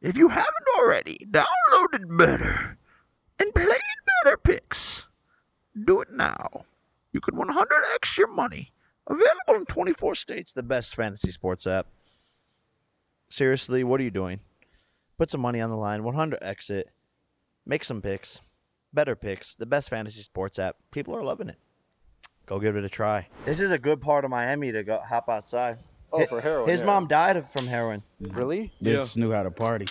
If you haven't already, download it better and play it better, Pix. Do it now. You could 100x your money. Available in 24 states, the best fantasy sports app. Seriously, what are you doing? Put some money on the line, 100x it, make some picks, better picks, the best fantasy sports app. People are loving it. Go give it a try. This is a good part of Miami to go hop outside. Oh, for heroin. His yeah. mom died from heroin. Really? Bitch knew how to party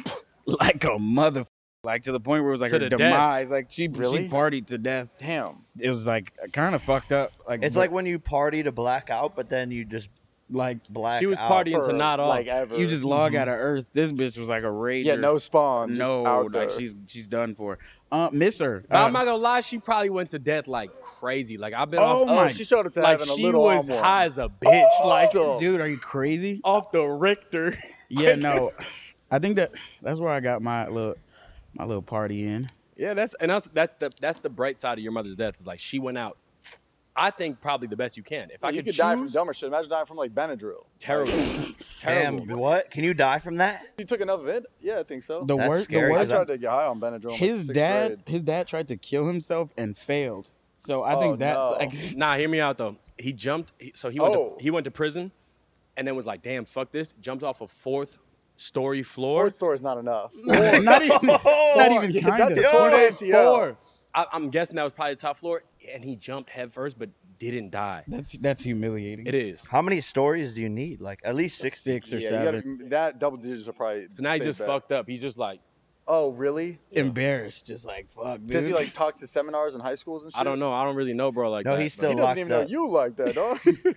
like a mother. Like to the point where it was like To her the death. demise. Like she Really? she partied to death. Damn. It was like kind of fucked up. Like It's but- like when you party to black out, but then you just like black. She was out. partying. Audience For, are not off. Like ever. you just log out of Earth. This bitch was like a rager. Mm-hmm. yeah, no spawn. just no, out like there. she's she's done for. Uh, miss her. But Uh, I'm not gonna lie, she probably went to death like crazy. Like I've been Oh off, Oh, my- she showed up to like having a she little Oh, was arm high as a bitch, like Still. dude, are you crazy? off the Richter. Yeah, no. I think that that's where I got my little my little party in. Yeah, that's and that's that's the that's the bright side of your mother's death is like she went out. I think probably the best you can. If I you could, could die from choose- dumber shit. Imagine dying from like Benadryl. terrible, terrible. Damn, what? Can you die from that? You took enough of it? Yeah, I think so. The That's worst, the scary, I worst. that- tried to get high on Benadryl. in, His like, sixth dad, grade. his dad tried to kill himself and failed. So I Oh, think that's no. like Nah, hear me out though. He jumped. He, so he went. Oh. To, he went to prison, and then was like, "Damn, fuck this!" Jumped off a fourth story floor. Fourth story is not enough. not even not even Yeah, kind that's of. a torn E ACL. Four. I, I'm guessing that was probably the top floor, and he jumped head first, but didn't die. That's that's humiliating. It is. How many stories do you need? Like at least six. six or yeah, you seven. gotta, mm, that double digits are probably. So now he's safe just bet. fucked up. He's just like, Oh, really? Embarrassed, just like fuck. Dude. Does he like talk to seminars and high schools and shit? I don't know. I don't really know, bro. Like, No, that, he's bro. He still- doesn't even Locked know up. you like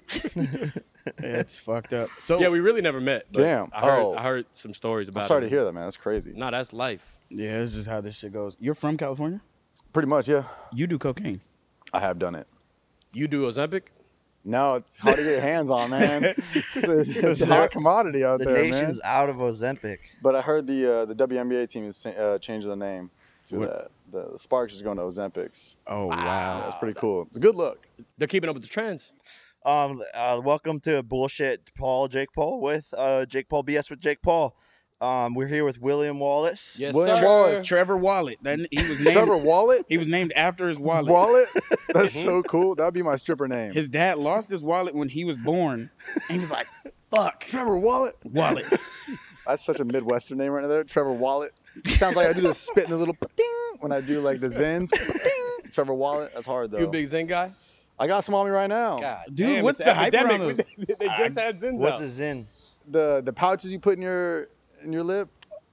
that, dog. It's fucked up. So Yeah, we really never met. but Damn. I heard, Oh. I heard some stories about. I'm sorry it. to hear that, man. That's crazy. No, that's life. yeah, it's just how this shit goes. You're from California. Pretty much, yeah. You do cocaine. I have done it. You do Ozempic? No, it's hard to get hands on, man. it's a hot commodity out The there, man. nation's out of Ozempic. But I heard the uh, the WNBA team is uh, changing the name to What? that. The, the Sparks is going to Ozempics. Oh wow. That's pretty cool. It's a good look. They're keeping up with the trends. Um, uh, welcome to bullshit Paul Jake Paul with uh Jake Paul BS with Jake Paul. Um, we're here with William Wallace. Yes, William sir. Wallace. Trevor Wallet. Then he was named. Trevor Wallet. he was named after his wallet. Wallet. That's so cool. That'd be my stripper name. His dad lost his wallet when he was born, and he was like, "Fuck, Trevor Wallet. wallet." That's such a Midwestern name right there. Trevor Wallet. Sounds like I do the spit in the little ding when I do like the zins. Ding. Trevor Wallet. That's hard though. You a big Zen guy? I got some on me right now. God, Dude, damn, what's it's the hype epidemic. around We- They just had Zen's What's out. his in? The the pouches you put in your in your lip.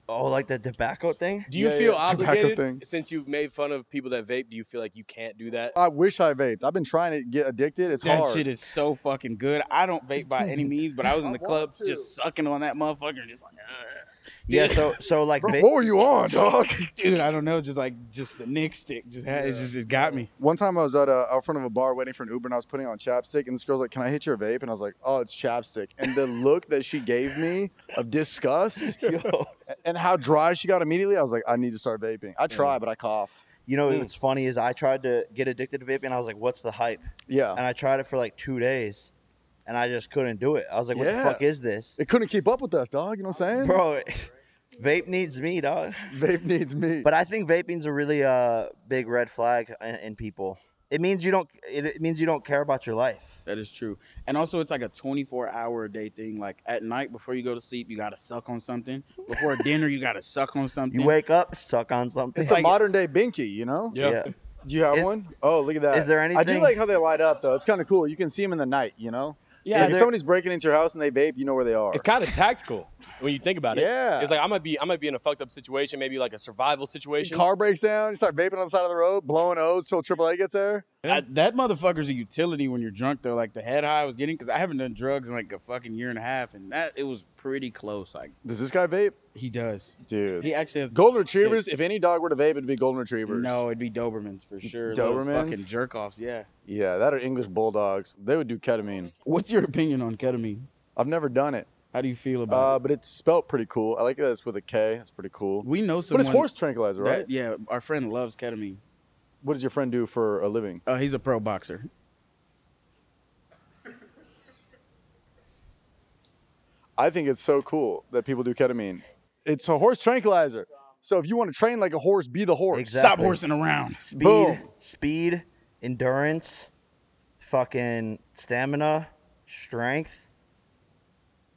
Oh, like that tobacco thing? Do you Yeah, feel yeah, tobacco thing. obligated since you've made fun of people that vape? Do you feel like you can't do that? I wish I vaped. I've been trying to get addicted. It's That hard. shit is so fucking good. I don't vape by any means, but I was in the club to. just sucking on that motherfucker, and just like, "Ugh." Yeah. So, so like, Bro, ba- what were you on, dog? dude, I don't know, just like just the Nick stick, just had, it just it got me. One time I was at a, out front of a bar waiting for an Uber and I was putting on chapstick and this girl's like, "Can I hit your vape?" And I was like, "Oh, it's chapstick." And the look that she gave me of disgust yo, and how dry she got immediately, I was like, "I need to start vaping." I try, but I cough. you Hmm. know what's funny is I tried to get addicted to vaping. and I was like, what's the hype? And Yeah, I tried it for like two days, and I just couldn't do it. I was like, what Yeah. the fuck is this, it couldn't keep up with us, dog. You know what I'm saying? bro? Vape needs me, dog. Vape needs me. But I think vaping's a really uh, big red flag in, in people. It means you don't. It, it means you don't care about your life. That is true. And also, it's like a 24 hour a day thing. Like at night, before you go to sleep, you got to suck on something. Before dinner, you got to suck on something. You wake up, suck on something. it's a modern day binky, you know? yeah. Do you have Is- one? Oh, look at that. is there I do anything- like how they light up though. It's kind of cool. You can see them in the night, you know? Yeah, Like, is if there- somebody's breaking into your house and they vape, you know where they are. It's kind of tactical when you think about it. Yeah. It's like I might be I might be in a fucked up situation, maybe like a survival situation. Car breaks down, you start vaping on the side of the road, blowing O's till AAA gets there. I, that motherfucker's a utility when you're drunk though. Like the head high I was getting because I haven't done drugs in like a fucking year and a half, and that it was pretty close. Like Does this guy vape? he does. Dude. He actually has golden retrievers, if any dog were to vape, it'd be golden retrievers. No, it'd be Dobermans for sure. Little Dobermans? fucking jerk offs. Yeah. Yeah, that are English bulldogs. They would do ketamine. What's your opinion on ketamine? I've never done it. How do you feel about Uh, it? but it's spelt pretty cool. I like that it's with a K. That's pretty cool. We know but someone. it's horse tranquilizer, that- right? Yeah, our friend loves ketamine. What does your friend do for a living? Uh, he's a pro boxer. I think it's so cool that people do ketamine. it's a horse tranquilizer. So if you want to train like a horse, be the horse. Stop Exactly. horsing around. Speed, Boom. speed, endurance, fucking stamina, strength.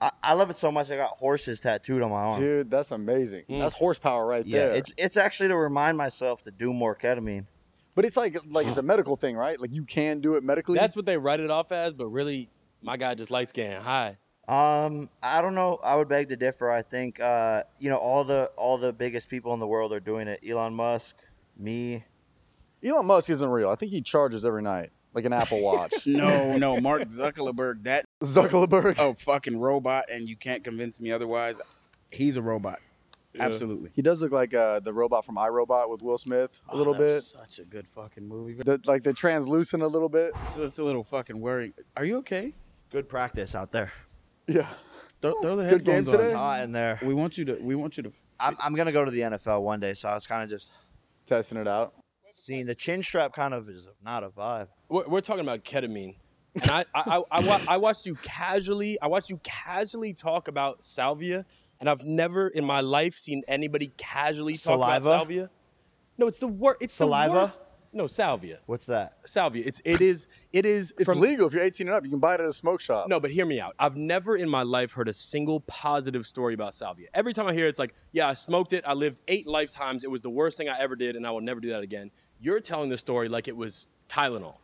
I, I love it so much. I got horses tattooed on my arm. Dude, that's amazing. That's horsepower right yeah, there. it's it's actually to remind myself to do more ketamine. but it's like like it's a medical thing, right? Like you can do it medically. That's what they write it off as, but really, my guy just likes getting high. Um, I don't know. I would beg to differ. I think uh, you know all the all the biggest people in the world are doing it. Elon Musk, me. Elon Musk isn't real. I think he charges every night, like an Apple Watch. No, no, Mark Zuckerberg, that Zuckerberg. a fucking robot, and you can't convince me otherwise. He's a robot. Absolutely. He does look like uh, the robot from iRobot with Will Smith a little Oh, that was bit, Such a good fucking movie. But the, like the translucent a little bit. it's, it's a little fucking worrying. Are you okay? Good practice out there. Yeah. Throw, throw the Good game headphones today? on. Hot in there. We want you to. We want you to. I'm, I'm gonna go to the NFL one day, so I was kind of just Testing it out. seeing the chin strap. Kind of is not a vibe. We're, we're talking about ketamine, and I I, I, I, wa- I watched you casually. I watched you casually talk about salvia, and I've never in my life seen anybody casually talk about Saliva? salvia. No, it's the worst. It's Saliva? The worst. No, salvia. What's that? Salvia. It's it is it is It's from legal if you're 18 and up. You can buy it at a smoke shop. No, but hear me out. I've never in my life heard a single positive story about salvia. Every time I hear it, it's like, yeah, I smoked it. I lived eight lifetimes. It was the worst thing I ever did, and I will never do that again. You're telling the story like it was Tylenol.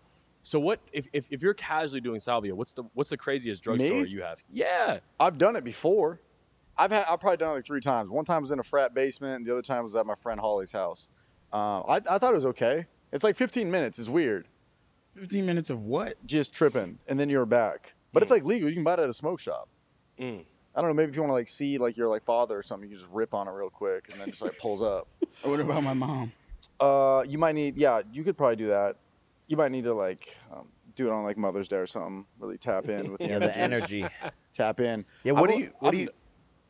So what if, if, if you're casually doing salvia? What's the what's the craziest drug Me? story you have? Yeah, I've done it before. I've had I've probably done it like three times. One time was in a frat basement, and the other time was at my friend Holly's house. Um, I, I thought it was okay. It's like 15 minutes. It's weird, Fifteen minutes of what? just tripping, and then you're back. But Mm. it's like legal. You can buy it at a smoke shop. I don't know. Maybe if you want to like see like your like father or something, you just rip on it real quick, and then just like pulls up. What about my mom? Uh, you might need yeah. You could probably do that. You might need to like um, do it on like Mother's Day or something. Really tap in with the, Yeah, the energy. Tap in. Yeah, what I've- do you? What do I've- you?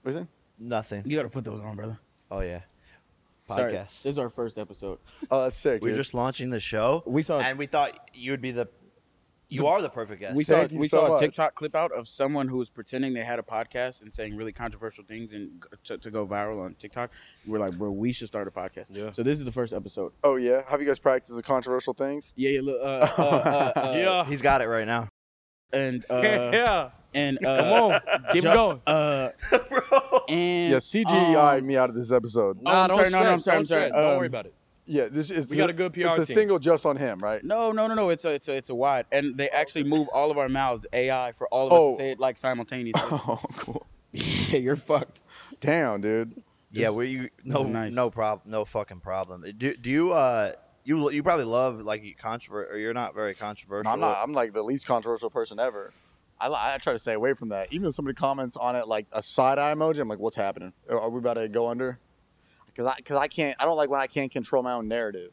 what is it? Nothing. You got to put those on, brother. Oh yeah. Sorry. Podcast. This is our first episode. Oh, that's sick. We dude. were just launching the show. We saw- and we thought you would be the. You are the perfect guest. We saw Thank you we so saw a much. TikTok clip out of someone who was pretending they had a podcast and saying really controversial things and g- to, to go viral on TikTok. We're like, bro, we should start a podcast. Yeah. So this is the first episode. Oh yeah, have you guys practiced the controversial things? Yeah, yeah, look, uh, uh, uh, uh, yeah, He's got it right now. and uh, yeah. and uh, Come on, keep Ju- going. uh, and Yeah, CGI um, me out of this episode. Oh, I'm don't sorry, no, no, I'm stress, sorry, I'm sorry. don't stress, Don't Um, worry about it. Yeah, this is We got a good PR It's a team. single just on him, right? no, no, no, no. It's a it's a it's a wide, and they actually move all of our mouths AI for all of us Oh. to say it like simultaneously. Oh, cool. yeah, you're fucked. Damn, dude. Yeah, where you no is nice. no problem no fucking problem. Do do you uh you you probably love like you controvert or you're not very controversial. I'm not. I'm like the least controversial person ever. I, li- I try to stay away from that. Even if somebody comments on it like a side eye emoji, I'm like, what's happening? Are are we about to go under? Because I because I can't. I don't like when I can't control my own narrative.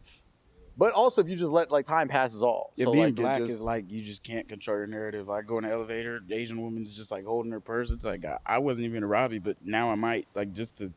But also, if you just let like time passes all, Yeah, so being like black it just is like you just can't control your narrative. I go in the elevator, the Asian woman's just like holding her purse. It's like I, I wasn't even gonna rob you, but now I might like just to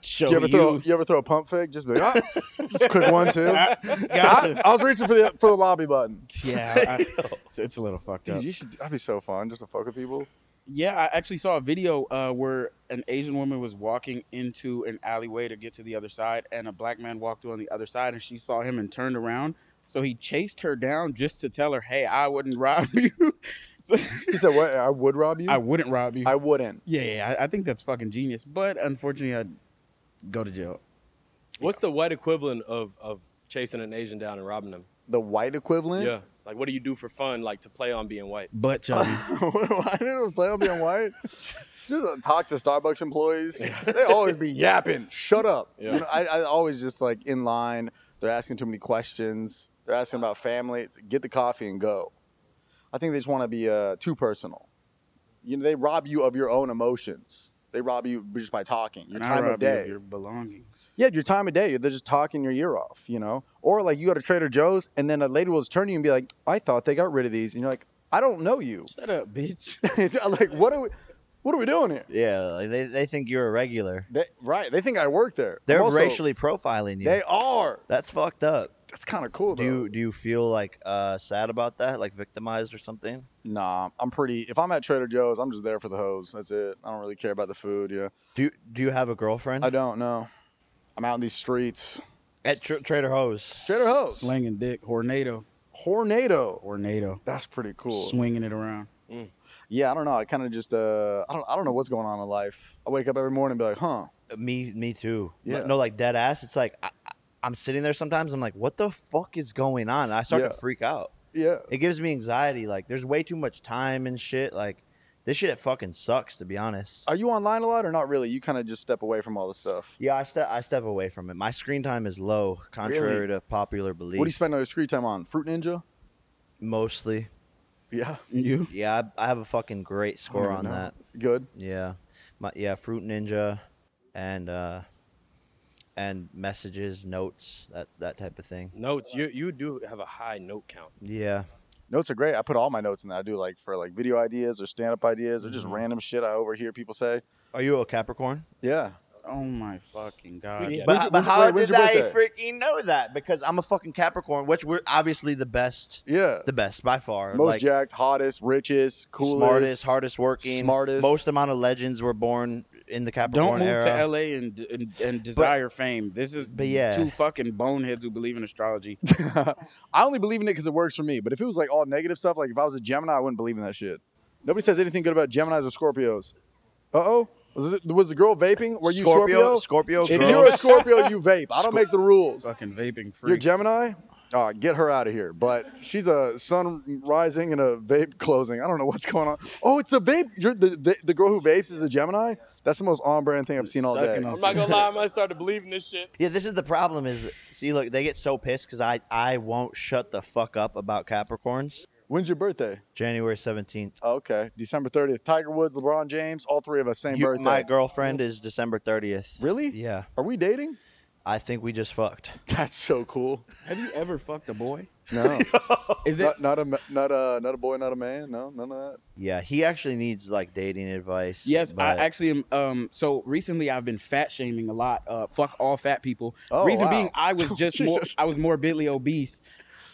show Do you you. ever throw you ever throw a pump fake? Just be like, ah, just a quick one two. I, Gotcha. I was reaching for the for the lobby button. yeah, I- it's, it's a little fucked Dude, up. you should. That'd be so fun, just to fuck with people. Yeah, I actually saw a video uh, where an Asian woman was walking into an alleyway to get to the other side, and a black man walked on the other side, and she saw him and turned around. So he chased her down just to tell her, "Hey, I wouldn't rob you. So- He said, "What? I would rob you. I wouldn't rob you." I wouldn't." Yeah, yeah, I, I think that's fucking genius. But unfortunately, I'd go to jail. What's the white equivalent of of chasing an Asian down and robbing them? The white equivalent. Yeah, like what do you do for fun, like to play on being white? But chubby. What do I do to play on being white? Just uh, talk to Starbucks employees. They always be yapping. Shut up. Yeah. You know, I, I always just like in line. They're asking too many questions. They're asking about family. It's, get the coffee and go. I think they just want to be uh, too personal. You know, they rob you of your own emotions. They rob you just by talking. Your and I time of rob you day. your belongings. Yeah, your time of day. They're just talking your ear off, you know? Or like you go to Trader Joe's and then a lady will just turn to you and be like, I thought they got rid of these. And you're like, I don't know you. Shut up, bitch. like, what are we what are we doing here? Yeah, like, they they think you're a regular. They, right. They think I work there. I'm They're also- racially profiling you. They are. That's fucked up. That's kind of cool, Do though. you do you feel like uh, sad about that, like victimized or something? Nah, I'm pretty. If I'm at Trader Joe's, I'm just there for the hose. That's it. I don't really care about the food. Yeah, Do do you have a girlfriend I don't know. I'm out in these streets. at Tr- Trader Joe's? Trader Joe's, Slinging dick, hornado, Hornado. hornado, That's pretty cool. swinging it around. Yeah, I don't know. I kind of just uh, I don't, I don't know what's going on in life. I wake up every morning and be like, huh. Me me too. Yeah. No, like dead ass. It's like I, I- I'm sitting there sometimes. I'm like, what the fuck is going on? I start to Yeah. freak out. Yeah. It gives me anxiety. Like there's way too much time and shit. Like this shit fucking sucks to be honest. Are you online a lot or not really? You kind of just step away from all this stuff. yeah, I step I step away from it. My screen time is low, contrary Really? to popular belief. What do you spend all your screen time on? Fruit Ninja? Mostly. Yeah. You? Yeah, I, I have a fucking great score even on know. that. Good. Yeah, my yeah, Fruit Ninja, and uh, and messages, notes, that that type of thing. Notes. You you do have a high note count. Yeah, Notes are great. I put all my notes in there. I do like for like video ideas or stand up ideas or just Mm-hmm. random shit I overhear people say. are you a Capricorn? Yeah. Oh my fucking god! Yeah. But, When's- but when's- how wait, when's did your I birthday? freaking know that? Because I'm a fucking Capricorn, which we're obviously the best, Yeah. the best by far. Most like, jacked, hottest, richest, coolest, smartest, hardest working, smartest. Most amount of legends were born in the Don't Capricorn move era. to LA and and, and desire fame. This is But yeah. two fucking boneheads who believe in astrology. I only believe in it because it works for me. But if it was like all negative stuff, like if I was a Gemini, I wouldn't believe in that shit. Nobody says anything good about Geminis or Scorpios. Uh oh. Was, it, was the girl vaping? Were you Scorpio, Scorpio, Scorpio? If girl. you're a Scorpio, you vape. I don't make the rules. fucking vaping You're freak. Gemini? Uh, get her out of here. But she's a sun rising and a vape closing. I don't know what's going on. Oh, it's the vape. You're the, the, the girl who vapes is a Gemini? That's the most on brand thing I've seen all day. Sucking on I'm not gonna lie, I might start to believe in this shit. Yeah, this is the problem. Is see, look, they get so pissed because I I won't shut the fuck up about Capricorns. When's your birthday? January seventeenth. Oh, okay. December 30th. Tiger Woods, LeBron James, all three of us, same birthday. My girlfriend is December thirtieth. Really? Yeah, Are we dating? I think we just fucked. That's so cool. Have you ever fucked a boy? No, Is it? not, not a ma- not a not a boy, not a man. No, none of that. Yeah, he actually needs like dating advice. Yes, but I actually am. Um, so recently, I've been fat shaming a lot. Uh, fuck all fat people. Oh, Reason wow. being, I was just more. Jesus. I was morbidly obese.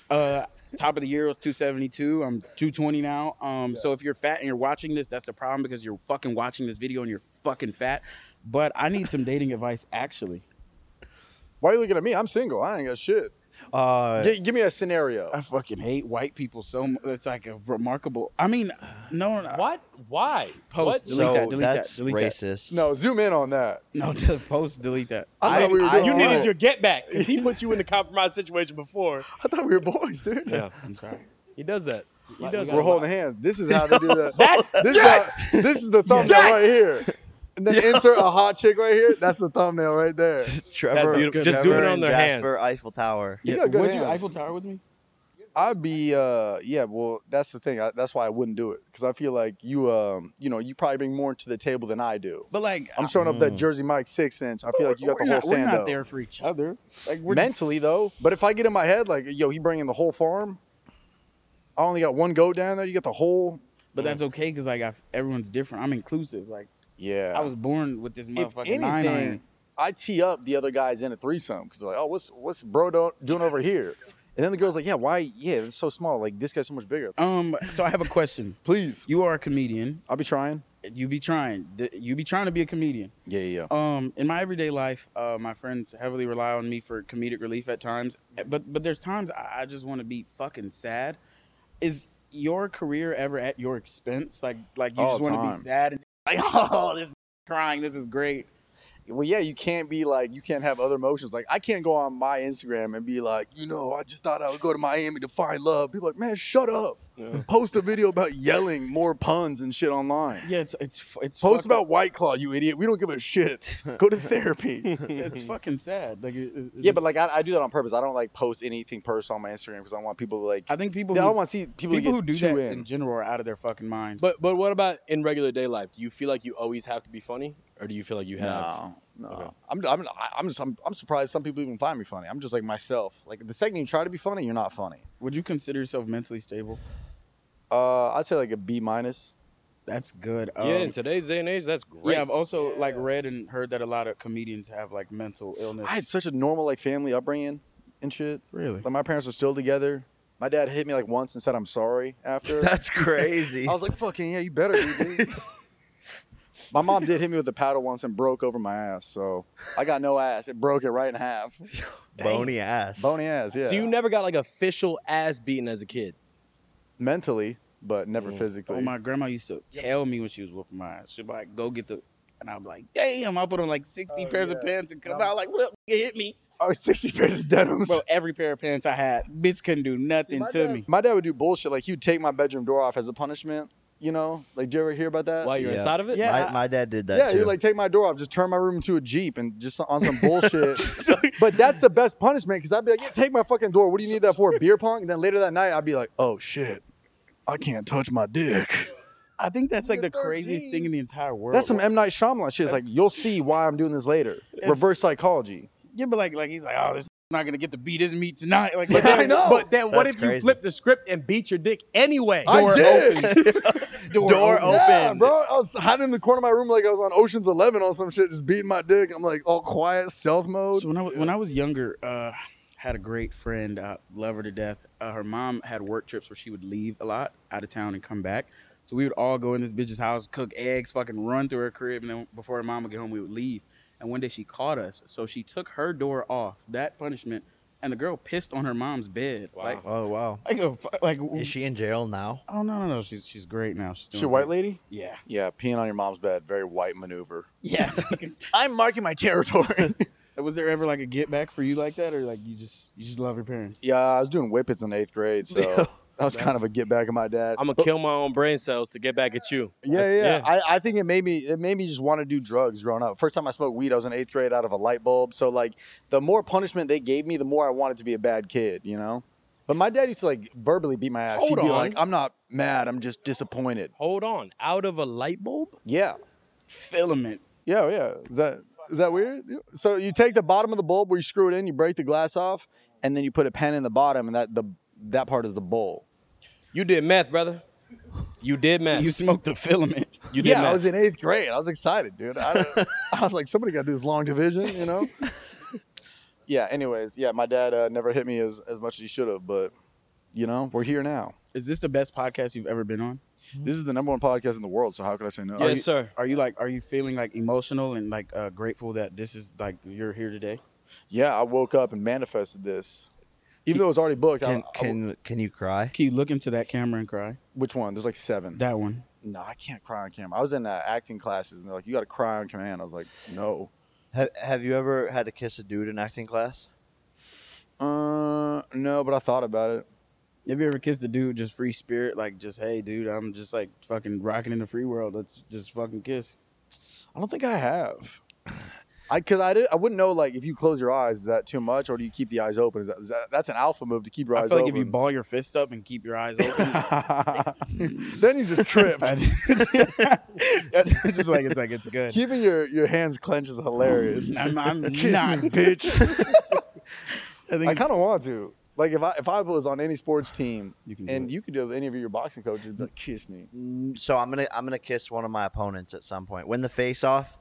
Uh, top of the year was 272. I'm 220 now. Um, so if you're fat and you're watching this, that's the problem because you're fucking watching this video and you're fucking fat. But I need some dating advice actually. Why are you looking at me? I'm single. I ain't got shit. Uh, Gi- give me a scenario. I fucking hate white people so much. It's like a remarkable. I mean, no, no, What? Why? Post. What? delete so that, delete that, that's delete that. racist. No, zoom in on that. no, just post, delete that. I, thought we were I- doing You all needed right. your get back because he put you in the compromise situation before. I thought we were boys, dude. Yeah, I'm sorry. he does that. He does. We're that. holding hands. This is how they do that. That's- this is how, this is the thumbnail right here. And then insert a hot chick right here. That's the thumbnail right there. Trevor, That's beautiful. Trevor Just zoom in on and their Jasper hands. Eiffel Tower. You Yeah, got good would you hands. Eiffel Tower with me? I'd be uh yeah well that's the thing I, that's why I wouldn't do it because I feel like you um you know you probably bring more to the table than I do. But like, I'm showing up that Jersey Mike six inch. I feel like you got the Mm. we're whole not, we're sand not up. there for each other. Like we're mentally though. But if I get in my head like yo he bringing the whole farm, I only got one goat down there. You got the whole But that's okay because like I, everyone's different. I'm inclusive. Like yeah. I was born with this if motherfucking nine anything, iron. I tee up the other guys in a threesome because like, oh, what's what's bro do- doing over here? And then the girl's like, yeah, why? Yeah, it's so small. Like this guy's so much bigger. Um, so I have a question. Please, You are a comedian. I'll be trying. You be trying. D- You be trying to be a comedian. Yeah, yeah. yeah. Um, in my everyday life, uh, my friends heavily rely on me for comedic relief at times. eh, But but there's times I, I just want to be fucking sad. Is your career ever at your expense? Like like you All just want to time. be sad and like oh this crying this is great. well, yeah, you can't be like, you can't have other emotions. Like, I can't go on my Instagram and be like, you know, I just thought I would go to Miami to find love. People are like, man, shut up. Post a video about yelling more puns and shit online. Yeah, it's it's f- it's Post fucked about White Claw, you idiot. We don't give a shit. Go to therapy. it's fucking sad. Like it, it- yeah, but like, I, I do that on purpose. I don't like post anything personal on my Instagram because I want people to like, I think people I who- don't want to see people, people who to do get too that in. in general are out of their fucking minds. But but what about in regular day life? Do you feel like you always have to be funny, or do you feel like you have? No, no. I'm, I'm, I'm just, I'm, I'm surprised some people even find me funny. I'm just like myself. Like the second you try to be funny, you're not funny. would you consider yourself mentally stable? Uh, I'd say like a B minus. That's good. Yeah, Um, in today's day and age, that's great. yeah, I've also like read and heard that a lot of comedians have like mental illness. I had such a normal like family upbringing. and shit. Really? Like my parents are still together. My dad hit me like once and said I'm sorry after. That's crazy. I was like, fucking yeah, you better be. Dude. my mom did hit me with the paddle once and broke over my ass, so I got no ass. It broke it right in half. Bony ass. Bony ass, yeah. So you never got like official ass beaten as a kid. mentally, but never physically. Oh, my grandma used to tell me when she was whooping my ass. She'd be like, go get the. And I'm like, damn, I put on like 60 pairs of pants and come out like, what up, nigga, hit me. Oh, 60 pairs of denims. Bro, every pair of pants I had, bitch couldn't do nothing to me. my dad would do bullshit. Like, he'd take my bedroom door off as a punishment. You know? Like, do you ever hear about that? While you're Yeah. inside of it? Yeah. my, my dad did that. yeah, too. he'd like take my door off, just turn my room into a Jeep and just on some bullshit. but that's the best punishment because I'd be like, yeah, take my fucking door. What do you need that for? Beer pong? And then later that night, I'd be like, oh shit, I can't touch my dick. I think that's like the You're craziest 13. thing in the entire world. That's some M. Night Shyamalan shit. It's like, you'll see why I'm doing this later. Reverse psychology. Yeah, but like, like he's like, oh, this not gonna get to beat his meat tonight. Like, Yeah, I know. But then what That's if you crazy. flip the script and beat your dick anyway? I did. door, open. Yeah, bro. I was hiding in the corner of my room like I was on Ocean's Eleven on some shit, just beating my dick. I'm like all quiet, stealth mode. So when I was, when I was younger, uh, had a great friend, uh, love her to death. Uh, her mom had work trips where she would leave a lot out of town and come back. So we would all go in this bitch's house, cook eggs, fucking run through her crib, and then before her mom would get home, we would leave. And one day she caught us, so she took her door off. That punishment, and the girl pissed on her mom's bed. Like, Oh wow. like, a, fu- like, Is she in jail now? oh no, no, no, she's she's great now. She's She doing a white great. lady? Yeah, Yeah, peeing on your mom's bed. Very white maneuver. yeah. I'm marking my territory. was there ever like a get back for you like that, or like you just you just love your parents? yeah, I was doing whippets in eighth grade, so that was kind of a get back of my dad. I'm gonna But- kill my own brain cells to get back at you. Yeah, That's- yeah. I, I think it made me it made me just want to do drugs growing up. First time I smoked weed, I was in eighth grade out of a light bulb. So like the more punishment they gave me, the more I wanted to be a bad kid, you know? But my dad used to like verbally beat my ass. Hold He'd be on. like, I'm not mad, I'm just disappointed. Hold on. Out of a light bulb? Yeah. Filament. Yeah, oh, yeah. Is that is that weird? Yeah. So you take the bottom of the bulb where you screw it in, you break the glass off, and then you put a pen in the bottom and that the that part is the bowl. You did math, brother. You did math. You You, smoked the filament. did Yeah, math. I was in eighth grade. I was excited, dude. I, don't- I was like, somebody got to do this long division, you know? yeah, anyways. Yeah, my dad uh, never hit me as, as much as he should have, but, you know, we're here now. Is this the best podcast you've ever been on? This is the number one podcast in the world, so how could I say no? yes, Are you- sir. Are you like, are you feeling like emotional and like uh, grateful that this is like you're here today? yeah, I woke up and manifested this. Even though it was already booked, Can I- I- can can you cry? Can you look into that camera and cry? which one? There's like seven. That one. no, I can't cry on camera. I was in uh, acting classes, and they're like, you got to cry on command. I was like, no. Have, have you ever had to kiss a dude in acting class? Uh, no, but I thought about it. Have you ever kissed a dude just free spirit, like just hey, dude, I'm just like fucking rocking in the free world. Let's just fucking kiss. I don't think I have. I because I did I wouldn't know like if you close your eyes is that too much or do you keep the eyes open? Is that, is that that's an alpha move to keep your I eyes feel like open. if you ball your fist up and keep your eyes open, then you just tripped. just like it's like it's good. Keeping your, your hands clenched is hilarious. I'm, I'm not. Kiss me, bitch. I think I kind of want to. Like if I if I was on any sports team You can do and it. you could do any of your boxing coaches, be like kiss me. So I'm gonna I'm gonna kiss one of my opponents at some point. When the face off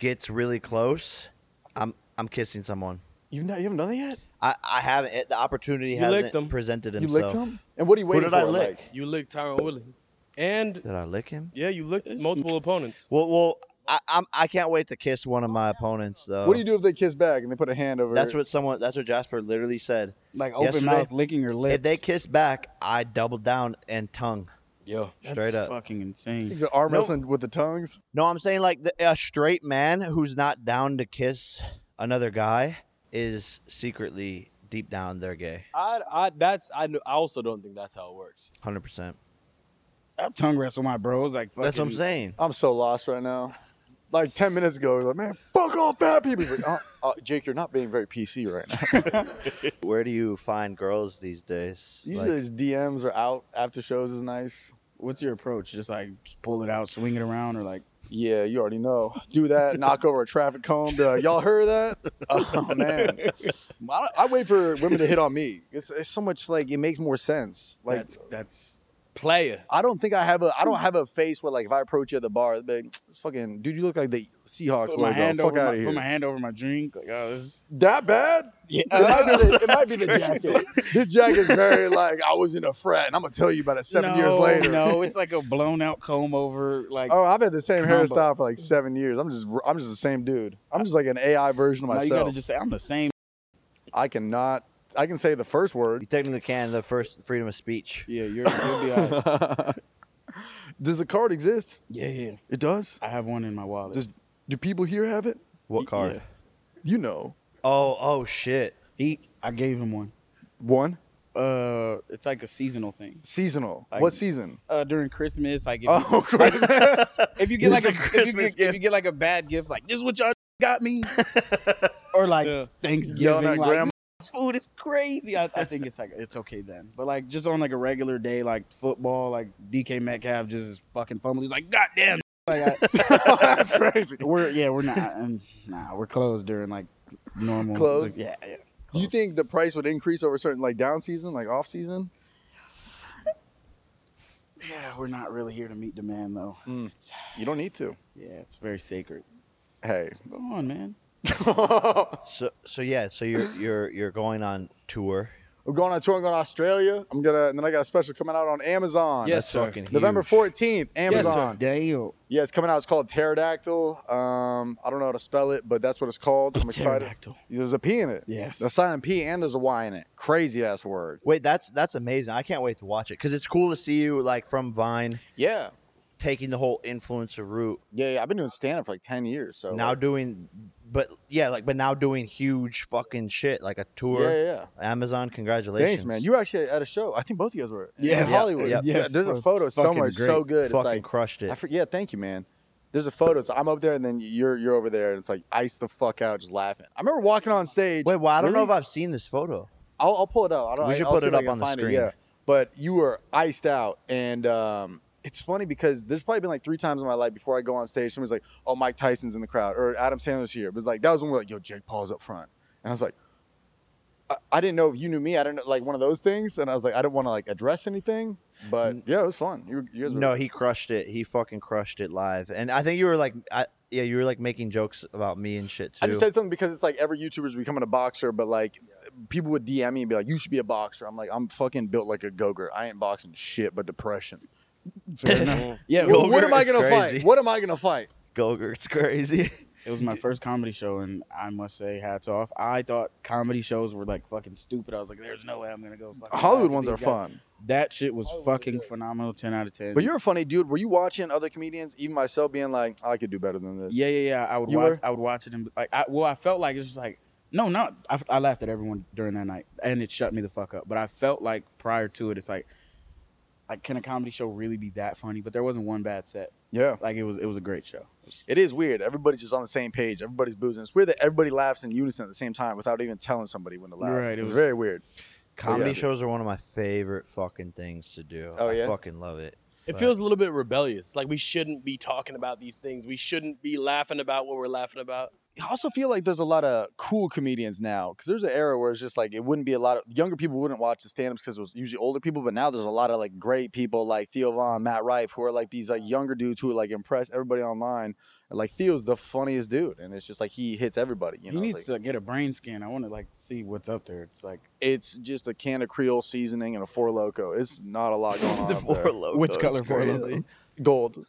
gets really close, I'm I'm kissing someone. You've not, you haven't done that yet. I, I haven't it- the opportunity licked hasn't him. presented You himself. licked him. And what are you Who did waiting for? I lick? Like, You licked Tyron Willie. And Did I lick him? yeah, you licked multiple opponents. Well, well, I, I'm I can't wait to kiss one of my opponents though. what do you do if they kiss back and they put a hand over? That's what someone. That's what Jasper literally said. like open Yesterday, mouth licking your lips. If they kiss back, I double down and tongue Yo. That's straight up. fucking insane. He's arm Nope. wrestling with the tongues. No, I'm saying like the, a straight man who's not down to kiss another guy is secretly deep down they're gay. I, I that's I, kn- I also don't think that's how it works. Hundred percent. I tongue wrestle my bros like fucking. That's what I'm saying. I'm so lost right now. Like ten minutes ago, he was like, man, fuck all fat people. He's like, oh, uh, Jake, you're not being very PC right now. Where do you find girls these days? Usually Like, his DMs are out after shows is nice. What's your approach? Just like just pull it out, swing it around, or like Yeah, you already know. Do that, knock over a traffic cone. be like, Y'all heard of that? Oh man, I, I wait for women to hit on me. It's, it's so much like it makes more sense. Like that's that's Player. I don't think I have a I don't have a face where like if I approach you at the bar, it's like, "This fucking dude, you look like the Seahawks Put logo. my, hand Fuck over out my, of put my here. hand over my drink. Like, oh, this is- That bad? Yeah. It might be the, it might be the jacket. This jacket's very like I was in a frat, and I'm gonna tell you about it seven years No, later. No, it's like a blown out comb over. Like, Oh, I've had the same Combo. hairstyle for like seven years. I'm just I'm just the same dude. I'm just like an AI version of now myself. you gotta just say I'm the same. I cannot. I can say the first word. You technically can the first freedom of speech. Yeah, you're, you'll be all right. Does the card exist? Yeah, yeah. It does. I have one in my wallet. Does do people here have it? What card? You know, Oh, oh shit. he, I gave him one. one Uh, it's like a seasonal thing. seasonal. I- what season? Uh, during Christmas, like if, you, Oh, Christmas. if you get like It's a, a if, you Christmas get, if you get like a bad gift, like this is what y'all got me, or like Yeah. Thanksgiving, Yelling at like grandma. this food is crazy. I, I think it's like it's okay then, but like just on like a regular day, like football, like DK Metcalf just is fucking fumbling. He's like, goddamn. Like I, That's crazy. we're yeah, we're not. Um, nah, we're closed during like normal. Closed? yeah, yeah. Do you think the price would increase over certain like down season, like off season? Yeah, we're not really here to meet demand though. You don't need to. Yeah, it's very sacred. Hey, Go on, man. So so yeah, so you're you're you're going on tour. we're going on tour. I'm going to Australia. I'm gonna, and then I got a special coming out on Amazon. Yes, That's sir. fucking huge. November 14th, Amazon. Damn. yeah, it's coming out. It's called Pterodactyl. Um, I don't know how to spell it, but that's what it's called. I'm excited. Pterodactyl. There's a P in it. Yes. There's a silent P and there's a Y in it. Crazy ass word. Wait, that's that's amazing. I can't wait to watch it because it's cool to see you like from Vine Yeah. taking the whole influencer route. Yeah, yeah. I've been doing stand up for like 10 years. So Now doing, but yeah, like but now doing huge fucking shit like a tour. Yeah, yeah, Amazon, congratulations, Thanks, man. You were actually at a show. I think both of you guys were in- Yes. in Hollywood. Yeah, yeah. Yeah, there's a Yes. Fucking photo somewhere. It's so great. good. Fucking it's like crushed it. I for, yeah, thank you, man. There's a photo. So I'm up there, and then you're you're over there, and it's like ice the fuck out, just laughing. I remember walking on stage. Wait, well, I don't know Really? if I've seen this photo. I'll, I'll pull it up. I don't, We should I'll put see it if I up can on the find screen. But you were iced out, and um, it's funny because there's probably been like three times in my life before I go on stage, somebody's like, "Oh, Mike Tyson's in the crowd," or "Adam Sandler's here." But it's like that was when we are like, "Yo, Jake Paul's up front," and I was like. I- I didn't know if you knew me. I didn't know, like one of those things, and I was like, I didn't want to like address anything, but yeah, it was fun. You, you guys were No, he crushed it. He fucking crushed it live. And I think you were like, I, yeah, you were like making jokes about me and shit too. I just said something because it's like every YouTuber's becoming a boxer, but like people would DM me and be like, "You should be a boxer." I'm like, I'm fucking built like a go-gurt. I ain't boxing shit, but depression. Fair enough. Yeah, What, what Go-gurt am I is gonna fight? crazy. What am I gonna fight? Gogert's crazy. It was my first comedy show, and I must say, hats off. I thought comedy shows were like fucking stupid. I was like, there's no way I'm gonna go. Fucking Hollywood laugh ones at are these guys. fun, That shit was fucking phenomenal. Ten out of ten. but you're a funny dude. Were you watching other comedians, even myself, being like, "I could do better than this"? yeah, yeah, yeah. I would You watch. were? I would watch it, and like, I, well, I felt like it's just like no, no. I, I laughed at everyone during that night, and it shut me the fuck up. But I felt like prior to it, it's like, like, can a comedy show really be that funny? But there wasn't one bad set. yeah. Like it was, it was a great show. It is weird. Everybody's just on the same page. Everybody's boozing. It's weird that everybody laughs in unison at the same time without even telling somebody when to laugh. Right, it It's was- very weird. Comedy yeah. shows are one of my favorite fucking things to do. Oh, yeah? I fucking love it. It feels a little bit rebellious. Like we shouldn't be talking about these things. We shouldn't be laughing about what we're laughing about. I also feel like there's a lot of cool comedians now because there's an era where it's just like it wouldn't be a lot of younger people wouldn't watch the stand-ups because it was usually older people, but now there's a lot of like great people like Theo Vaughn, Matt Rife, who are like these like younger dudes who like impress everybody online. And, like Theo's the funniest dude, and it's just like he hits everybody. You he know, it's, needs like, to get a brain scan. I want to like see what's up there. It's like it's just a can of Creole seasoning and a four loco. It's not a lot going on. The up there. Four Loko Which is color Four crazy. Loko? Gold.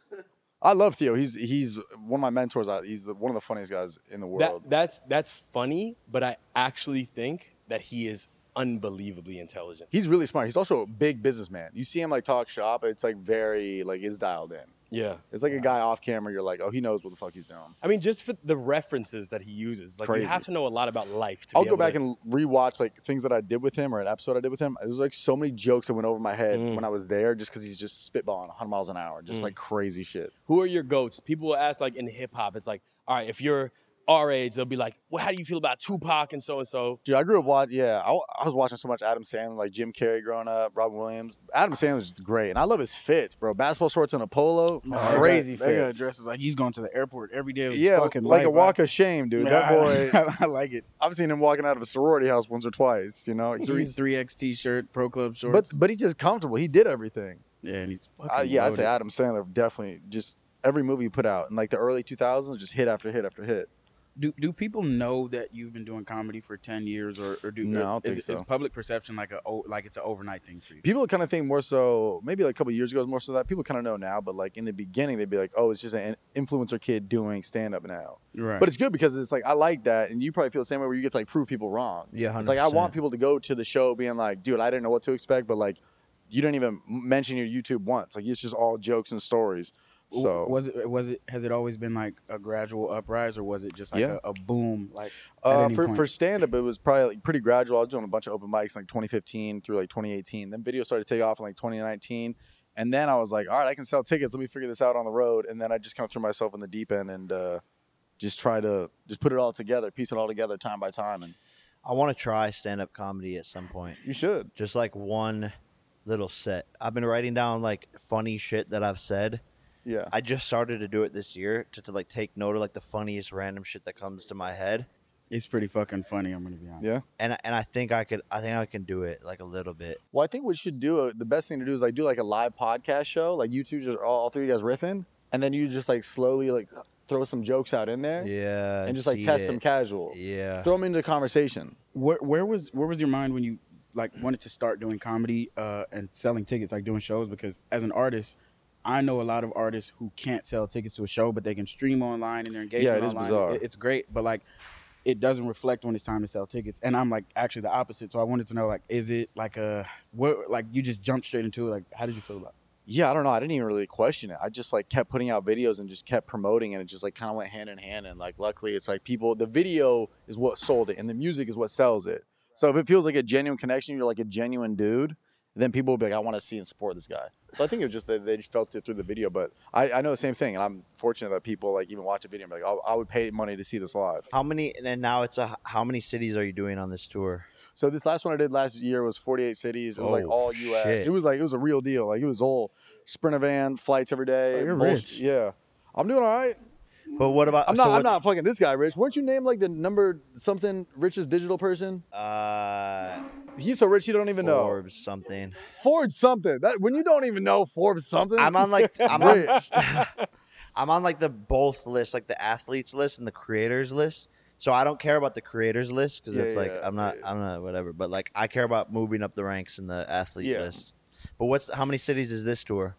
I love Theo. He's he's one of my mentors. I- He's the, one of the funniest guys in the world. That that's that's funny, but I actually think that he is unbelievably intelligent. He's really smart. He's also a big businessman. You see him like talk shop. It's like very like it's dialed in. Yeah. It's like a guy off camera. You're like, oh, he knows what the fuck he's doing. I mean, just for the references that he uses, like Crazy. you have to know a lot about life. To I'll be go able back to- and rewatch like things that I did with him or an episode I did with him. There's like so many jokes that went over my head Mm. when I was there, just because he's just spitballing 100 miles an hour, just like crazy shit. who are your goats? People will ask like in hip hop, it's like, all right, if you're our age, they'll be like, well, how do you feel about Tupac and so and so? Dude, I grew up watching. Yeah, I, wa- I was watching so much Adam Sandler, like Jim Carrey growing up, Robin Williams. Adam Sandler's great, and I love his fits, bro. Basketball shorts and a polo, crazy Oh, That guy fits. dresses like he's going to the airport every day. Of his Yeah, like fucking life. a walk of shame, dude. I- That boy. I, I like it. I've seen him walking out of a sorority house once or twice, you know. Three He's, three X t shirt, pro club shorts. but but he's just comfortable. He did everything. Yeah, and he's fucking. Uh, yeah, I'd say loaded. Adam Sandler definitely just every movie he put out in like the early 2000s, just hit after hit after hit. Do do people know that you've been doing comedy for ten years, or, or do No, I don't is, think is so. public perception like a o- like it's an overnight thing for you? People kind of think more so, maybe like a couple years ago, it was more so that people kind of know now, but like in the beginning, they'd be like, oh, it's just an influencer kid doing stand up now. Right, But it's good because it's like, I like that. And you probably feel the same way where you get to like prove people wrong. Yeah, It's like, I 100%. want people to go to the show being like, dude, I didn't know what to expect, but like, you didn't even mention your YouTube once. Like, it's just all jokes and stories. W- So, was it was it has it always been like a gradual uprise, or was it just like Yeah. a, a boom? Like at Uh, any for point? for stand up, it was probably like pretty gradual. I was doing a bunch of open mics in like 2015 through like 2018. Then video started to take off in like 2019. And then I was like, all right, I can sell tickets. Let me figure this out on the road. And then I just kind of threw myself in the deep end and uh, just try to just put it all together, piece it all together time by time. And I want to try stand up comedy at some point. you should. Just like one little set. I've been writing down like funny shit that I've said. Yeah. I just started to do it this year to, to like take note of like the funniest random shit that comes to my head. it's pretty fucking funny. I'm gonna be honest. yeah. And I- and I think I could I think I can do it like a little bit. Well, I think what you should do, the best thing to do is like do like a live podcast show. Like you two just all, all three of you guys riffing. And then you just like slowly like throw some jokes out in there Yeah. and just like see test them it. casual. Yeah. Throw them into conversation. Where where was where was your mind when you like wanted to start doing comedy uh, and selling tickets, like doing shows? Because as an artist, I know a lot of artists who can't sell tickets to a show, but they can stream online and they're engaging. it is online. bizarre. It- it's great, but like it doesn't reflect when it's time to sell tickets. And I'm like actually the opposite. So I wanted to know like, is it like a what? Like you just jumped straight into it. Like how did you feel about? it? yeah, I don't know. I didn't even really question it. I just like kept putting out videos and just kept promoting, and it just like kind of went hand in hand. And like, luckily, it's like people. The video is what sold it, and the music is what sells it. So if it feels like a genuine connection, you're like a genuine dude. Then people will be like, I want to see and support this guy. So I think it was just that they just felt it through the video. But I, I know the same thing, and I'm fortunate that people like even watch a video and be like, oh, I would pay money to see this live. How many and then now it's a how many cities are you doing on this tour? So this last one I did last year was 48 cities. It was like Oh, all U.S. shit. It was like it was a real deal. Like it was all sprinter van flights every day. Oh, you're bullsh- rich. Yeah, I'm doing all right. But what about I'm not. so I'm what- not fucking this guy, Rich. Weren't you named like the number something richest digital person? uh He's so rich you don't even know. Forbes something. Forbes something. That when you don't even know Forbes something. I'm on like I'm Rich. on, I'm on like the both list, like the athletes list and the creators list. So I don't care about the creators list because it's Yeah, like yeah, I'm not I'm not whatever. But like I care about moving up the ranks in the athlete Yeah. list. But what's how many cities is this tour?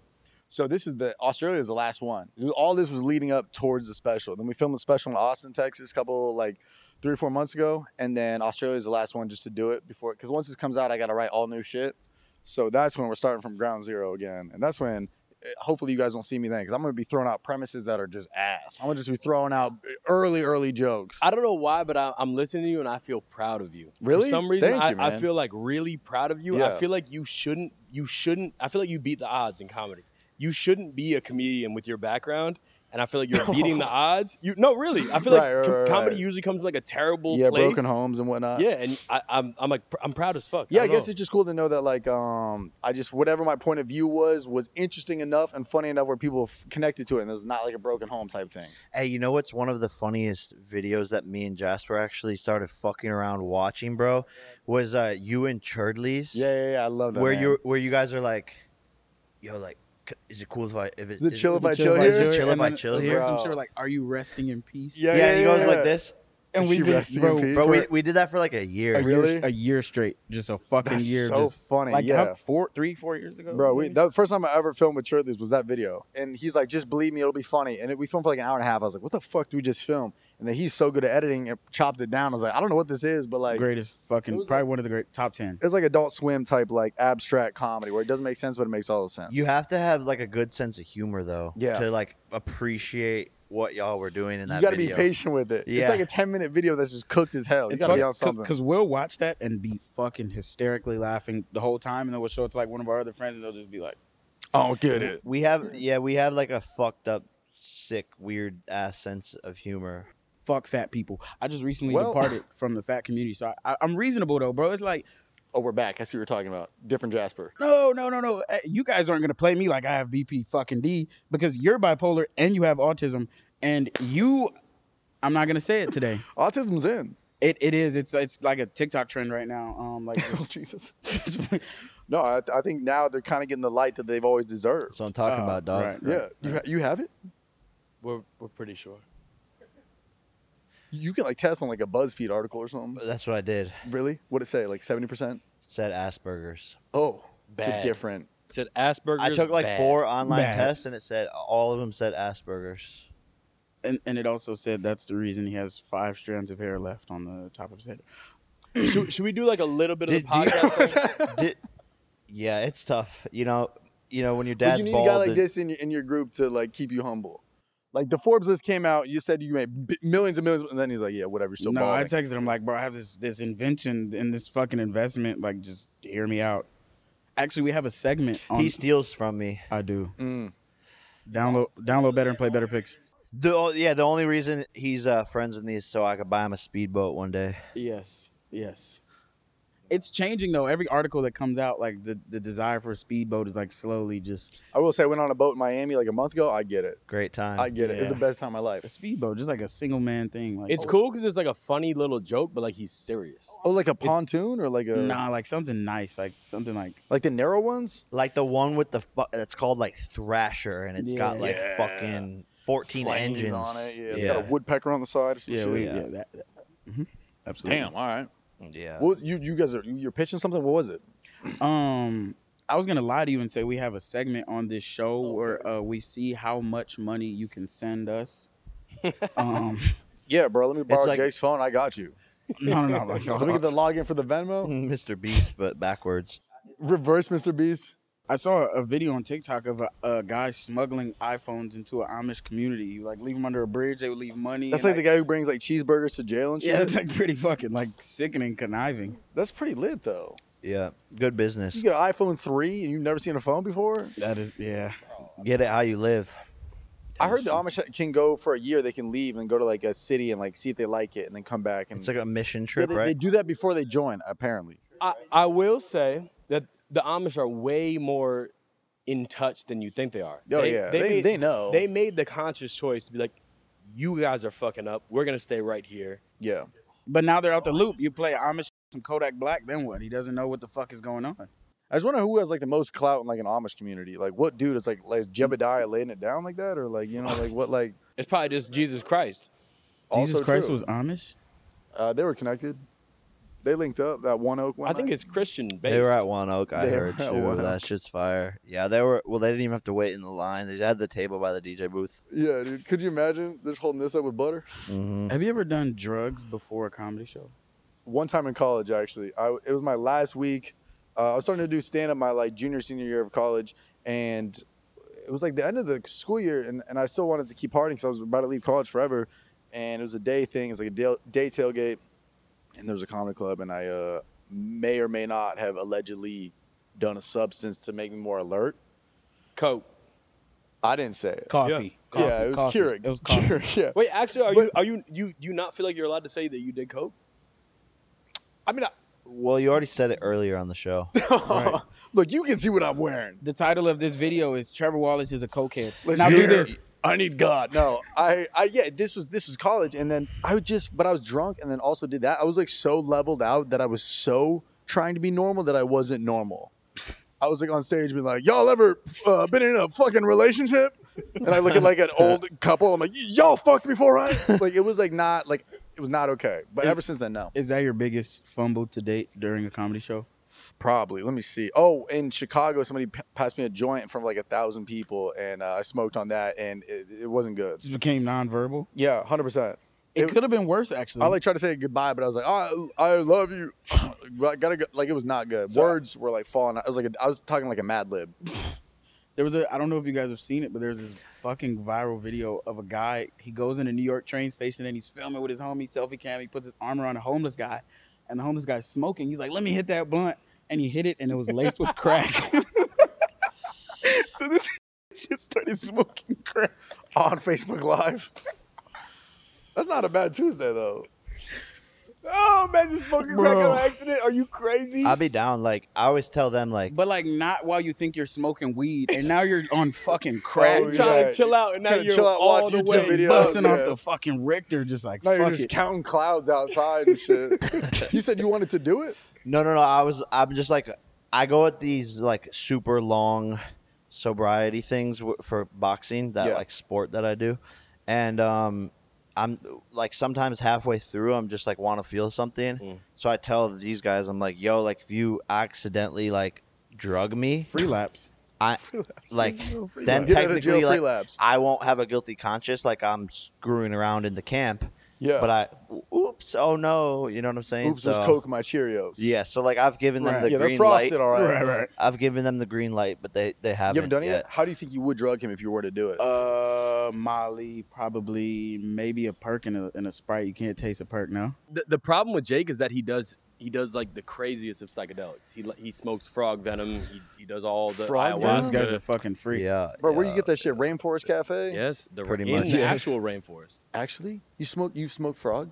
So this is the Australia is the last one. All this was leading up towards the special. Then we filmed the special in Austin, Texas, a couple like three or four months ago, and then Australia is the last one just to do it before. Because once this comes out, I got to write all new shit. So that's when we're starting from ground zero again, and that's when eh, hopefully you guys don't see me then because I'm gonna be throwing out premises that are just ass. I'm gonna just be throwing out early, early jokes. I don't know why, but I, I'm listening to you and I feel proud of you. For Really? some reason, Thank I, you, I man. feel like really proud of you. I Yeah. feel like you shouldn't. You shouldn't. I feel like you beat the odds in comedy. You shouldn't be a comedian with your background. And I feel like you're beating the odds. You no, really. I feel like Right, right, com- right, comedy right. usually comes from like a terrible yeah, place. broken homes and Uh, whatnot. Yeah, and I, I'm I'm like pr- I'm proud as fuck. Yeah, I don't guess know. it's just cool to know that like um I just whatever my point of view was was interesting enough and funny enough where people f- connected to it and it was not like a broken home type thing. Hey, you know what's one of the funniest videos that me and Jasper actually started fucking around watching, bro? Was uh you and Churdley's. Yeah, yeah, yeah I love that. Where man. you where you guys are like, yo, like, c- is it cool if I if it, Is it chill if I is chill it here? chill if And I then chill it was here? Some Bro. shit like, are you resting in peace? Yeah, Yeah, and he goes like yeah. this. and Is we she did, resting bro, in peace? Bro, for we, we did that for like a a year. year. Really? year, a year straight, just a fucking That's year. so just, funny, Like yeah. how- four, three, four years ago, Bro, we, maybe? that was the first time I ever filmed with Shirley's was that video. And he's like, just believe me, it'll be funny. And it, we filmed for like an hour and a half. I was like, what the fuck do we just film? And then he's so good at editing it chopped it down. I was like, I don't know what this is, but like greatest fucking, It was probably one of the great top ten. it's like adult swim type like abstract comedy where it doesn't make sense, but it makes all the sense. You have to have like a good sense of humor though. Yeah. To like appreciate what y'all were doing in that you gotta video. be patient with it. Yeah. It's like a 10 minute video that's just cooked as hell. You gotta be on something. because we'll watch that and be fucking hysterically laughing the whole time, and then we'll show it to like one of our other friends, and they'll just be like, I Oh, don't get it. We have yeah, we have like a fucked up, sick, weird ass sense of humor. "Fuck fat people." I just recently Well- departed from the fat community, so I, I, I'm reasonable though, bro. It's like, Oh, we're back. I see what you're talking about. Different Jasper. no, no, no, no. eh, You guys aren't gonna play me like I have BP fucking D because you're bipolar and you have autism, and you. I'm not gonna say it today. Autism's in. It, it is. It's it's like a TikTok trend right now. Um, like oh, Jesus. No, I, I think now they're kind of getting the light that they've always deserved. That's what I'm talking Oh, about, dog. right. yeah, you ha- you have it. We're, we're pretty sure. You can like test on like a BuzzFeed article or something. That's what I did. Really? What it say? Like seventy percent? Said Asperger's. Oh, Bad. it's a different. It said Asperger's. I took like bad. four online Bad. tests and it said all of them said Asperger's. and and it also said that's the reason he has five strands of hair left on the top of his head. Should, should we do like a little bit of Did- the do you- podcast? thing? Did, yeah, it's tough. You know, you know when your But dad's you need bald. a guy like and- this in your, in your group to like keep you humble. Like the Forbes list came out, you said you made b- millions and millions, and then he's like, "Yeah, whatever, you're still no, I balding." texted him like, bro, I have this this invention and this fucking investment. Like, just hear me out. Actually, we have a segment on. he steals from me. I do. Download download better and play better picks. The o- yeah, the only reason he's uh, friends with me is so I could buy him a speedboat one day. Yes. Yes. It's changing though. Every article that comes out, like the, the desire for a speedboat is like slowly just I will say, I went on a boat in Miami like a month ago. I get it. Great time. I get it. It's the best time of my a life. speedboat, just like a single man thing. Like oh, it's cool because it's like a funny little joke, but like he's serious. Oh, like a pontoon or like a Nah, like something nice, like something like like the narrow ones. like the one with the fu- that's called like Thrasher, and it's got Yeah. like fucking fourteen Flames engines on it. Yeah, it's got a woodpecker on the side. Or some yeah, shit. we, yeah, that, that- mhm, absolutely. Damn. All right. Yeah. Well, you you guys are you're pitching something. What was it? Um, I was gonna lie to you and say we have a segment on this show where uh, we see how much money you can send us. Um, Yeah, bro. Let me borrow like- Jake's phone. I got you. no, no, no. Like, Let me get the login for the Venmo. Mr. Beast, but backwards. Reverse, Mr. Beast. I saw a video on TikTok of a, a guy smuggling iPhones into an Amish community. You like leave them under a bridge, they would leave money. That's and, like the guy who brings like cheeseburgers to jail and shit. Yeah, that's like pretty fucking like sickening, conniving. That's pretty lit though. Yeah, good business. You get an iPhone three and you've never seen a phone before. That is, yeah. Get it how you live. I heard the Amish can go for a year. They can leave and go to like a city and like see if they like it and then come back. And It's like a mission Yeah, trip, they, right? they do that before they join. Apparently, I, I will say that the Amish are way more in touch than you think they are. Oh, yeah. They- they know. They made the conscious choice to be like, you guys are fucking up. We're gonna stay right here. yeah. But now they're out the loop. You play Amish some Kodak Black, then what? He doesn't know what the fuck is going on. I just wonder who has like the most clout in like an Amish community. Like what dude is like like Jebediah laying it down like that, or like you know like what like It's probably just Jesus Christ. also Jesus Christ true. was Amish. uh, they were connected. They linked up that one oak one. I think night. it's Christian based. They were at One Oak. I They were heard at too. One That shit's fire. Yeah, they were. Well, they didn't even have to wait in the line. They had the table by the DJ booth. yeah, dude. Could you imagine just holding this up with butter? Have you ever done drugs before a comedy show? one time in college actually I, it was my last week uh, i was starting to do stand up my like junior senior year of college and it was like the end of the school year and, and i still wanted to keep partying because i was about to leave college forever and it was a day thing it was like a day, day tailgate and there was a comedy club and i uh, may or may not have allegedly done a substance to make me more alert Coke. i didn't say it Coffee. coffee yeah it was coffee. Keurig. It was coffee. Keurig, yeah Wait, actually, are you But- are you you you not feel like you're allowed to say that you did Coke? i mean I, Well, you already said it earlier on the show. look you can see what i'm wearing The title of this video is Trevor Wallace is a cokehead. Let's now do hear this. it. I need God. No, I, I, yeah, this was this was college, and then I would just, but I was drunk, and then also did that. I was like so leveled out that I was so trying to be normal that I wasn't normal. I was like on stage being like, "Y'all ever uh, been in a fucking relationship?" And I look at like an old couple. I'm like, "Y- "Y'all fucked before, right?" Like it was like not like it was not okay. But ever since then, no. Is that your biggest fumble to date during a comedy show? Probably. Let me see. Oh, in Chicago, somebody p- passed me a joint in front of like a thousand people, and uh, I smoked on that, and it, it wasn't good. Just became nonverbal. Yeah, hundred percent. It, It- could have been worse, actually. Mm-hmm. I like tried to say goodbye, but I was like, oh, I love you. But I gotta go. Like it was not good. Words were like falling. out. I was like, a, I was talking like a Mad Lib. there was a. I don't know if you guys have seen it, but there's this fucking viral video of a guy. He goes in a New York train station and he's filming with his homie selfie cam. He puts his arm around a homeless guy, and the homeless guy's smoking. He's like, "Let me hit that blunt," and he hit it, and it was laced with crack. so this just started smoking crack. on Facebook Live. That's not a bad Tuesday though. Oh Yo, imagine smoking crack Bro. on accident. Are you crazy? I'll be down. Like I always tell them, like But like not while you think you're smoking weed, and now you're on fucking crack, Oh, trying yeah. to chill out, and now Tryna you're chill out, all watch the YouTube way. videos. busting Yeah. off the fucking Richter, just like Now you're fuck just it. counting clouds outside and shit. you said you wanted to do it. no, no, no. I was. I'm just like I go at these like super long sobriety things w- for boxing that Yeah. like sport that I do, and um, I'm like sometimes halfway through I'm just like want to feel something, Mm. so I tell these guys I'm like, yo, like if you accidentally like drug me, Free laps. I like then Get out of jail technically free like laps. I won't have a guilty conscience like I'm screwing around in the camp. Yeah. But I oops, oh no, you know what I'm saying? Oops, was So- Coke in my Cheerios. uh, Yeah, so like I've given them Right. the yeah, they're green frosted, light. all right. I've given them the green light, but they they haven't. You haven't done it yet. How do you think you would drug him if you were to do it? Uh, Molly, probably maybe a perk and a, and a sprite. You can't taste a perk now. The, the problem with Jake is that he does he does like the craziest of psychedelics. He li- he smokes frog venom. He, he does all the Frog venom? Those guys are ayahuasca. fucking free. Yeah, Bro, yeah. where do you get that shit? Rainforest Cafe. Yes, the Pretty in much. the Yes. actual rainforest. Actually, you smoke. You smoke frog.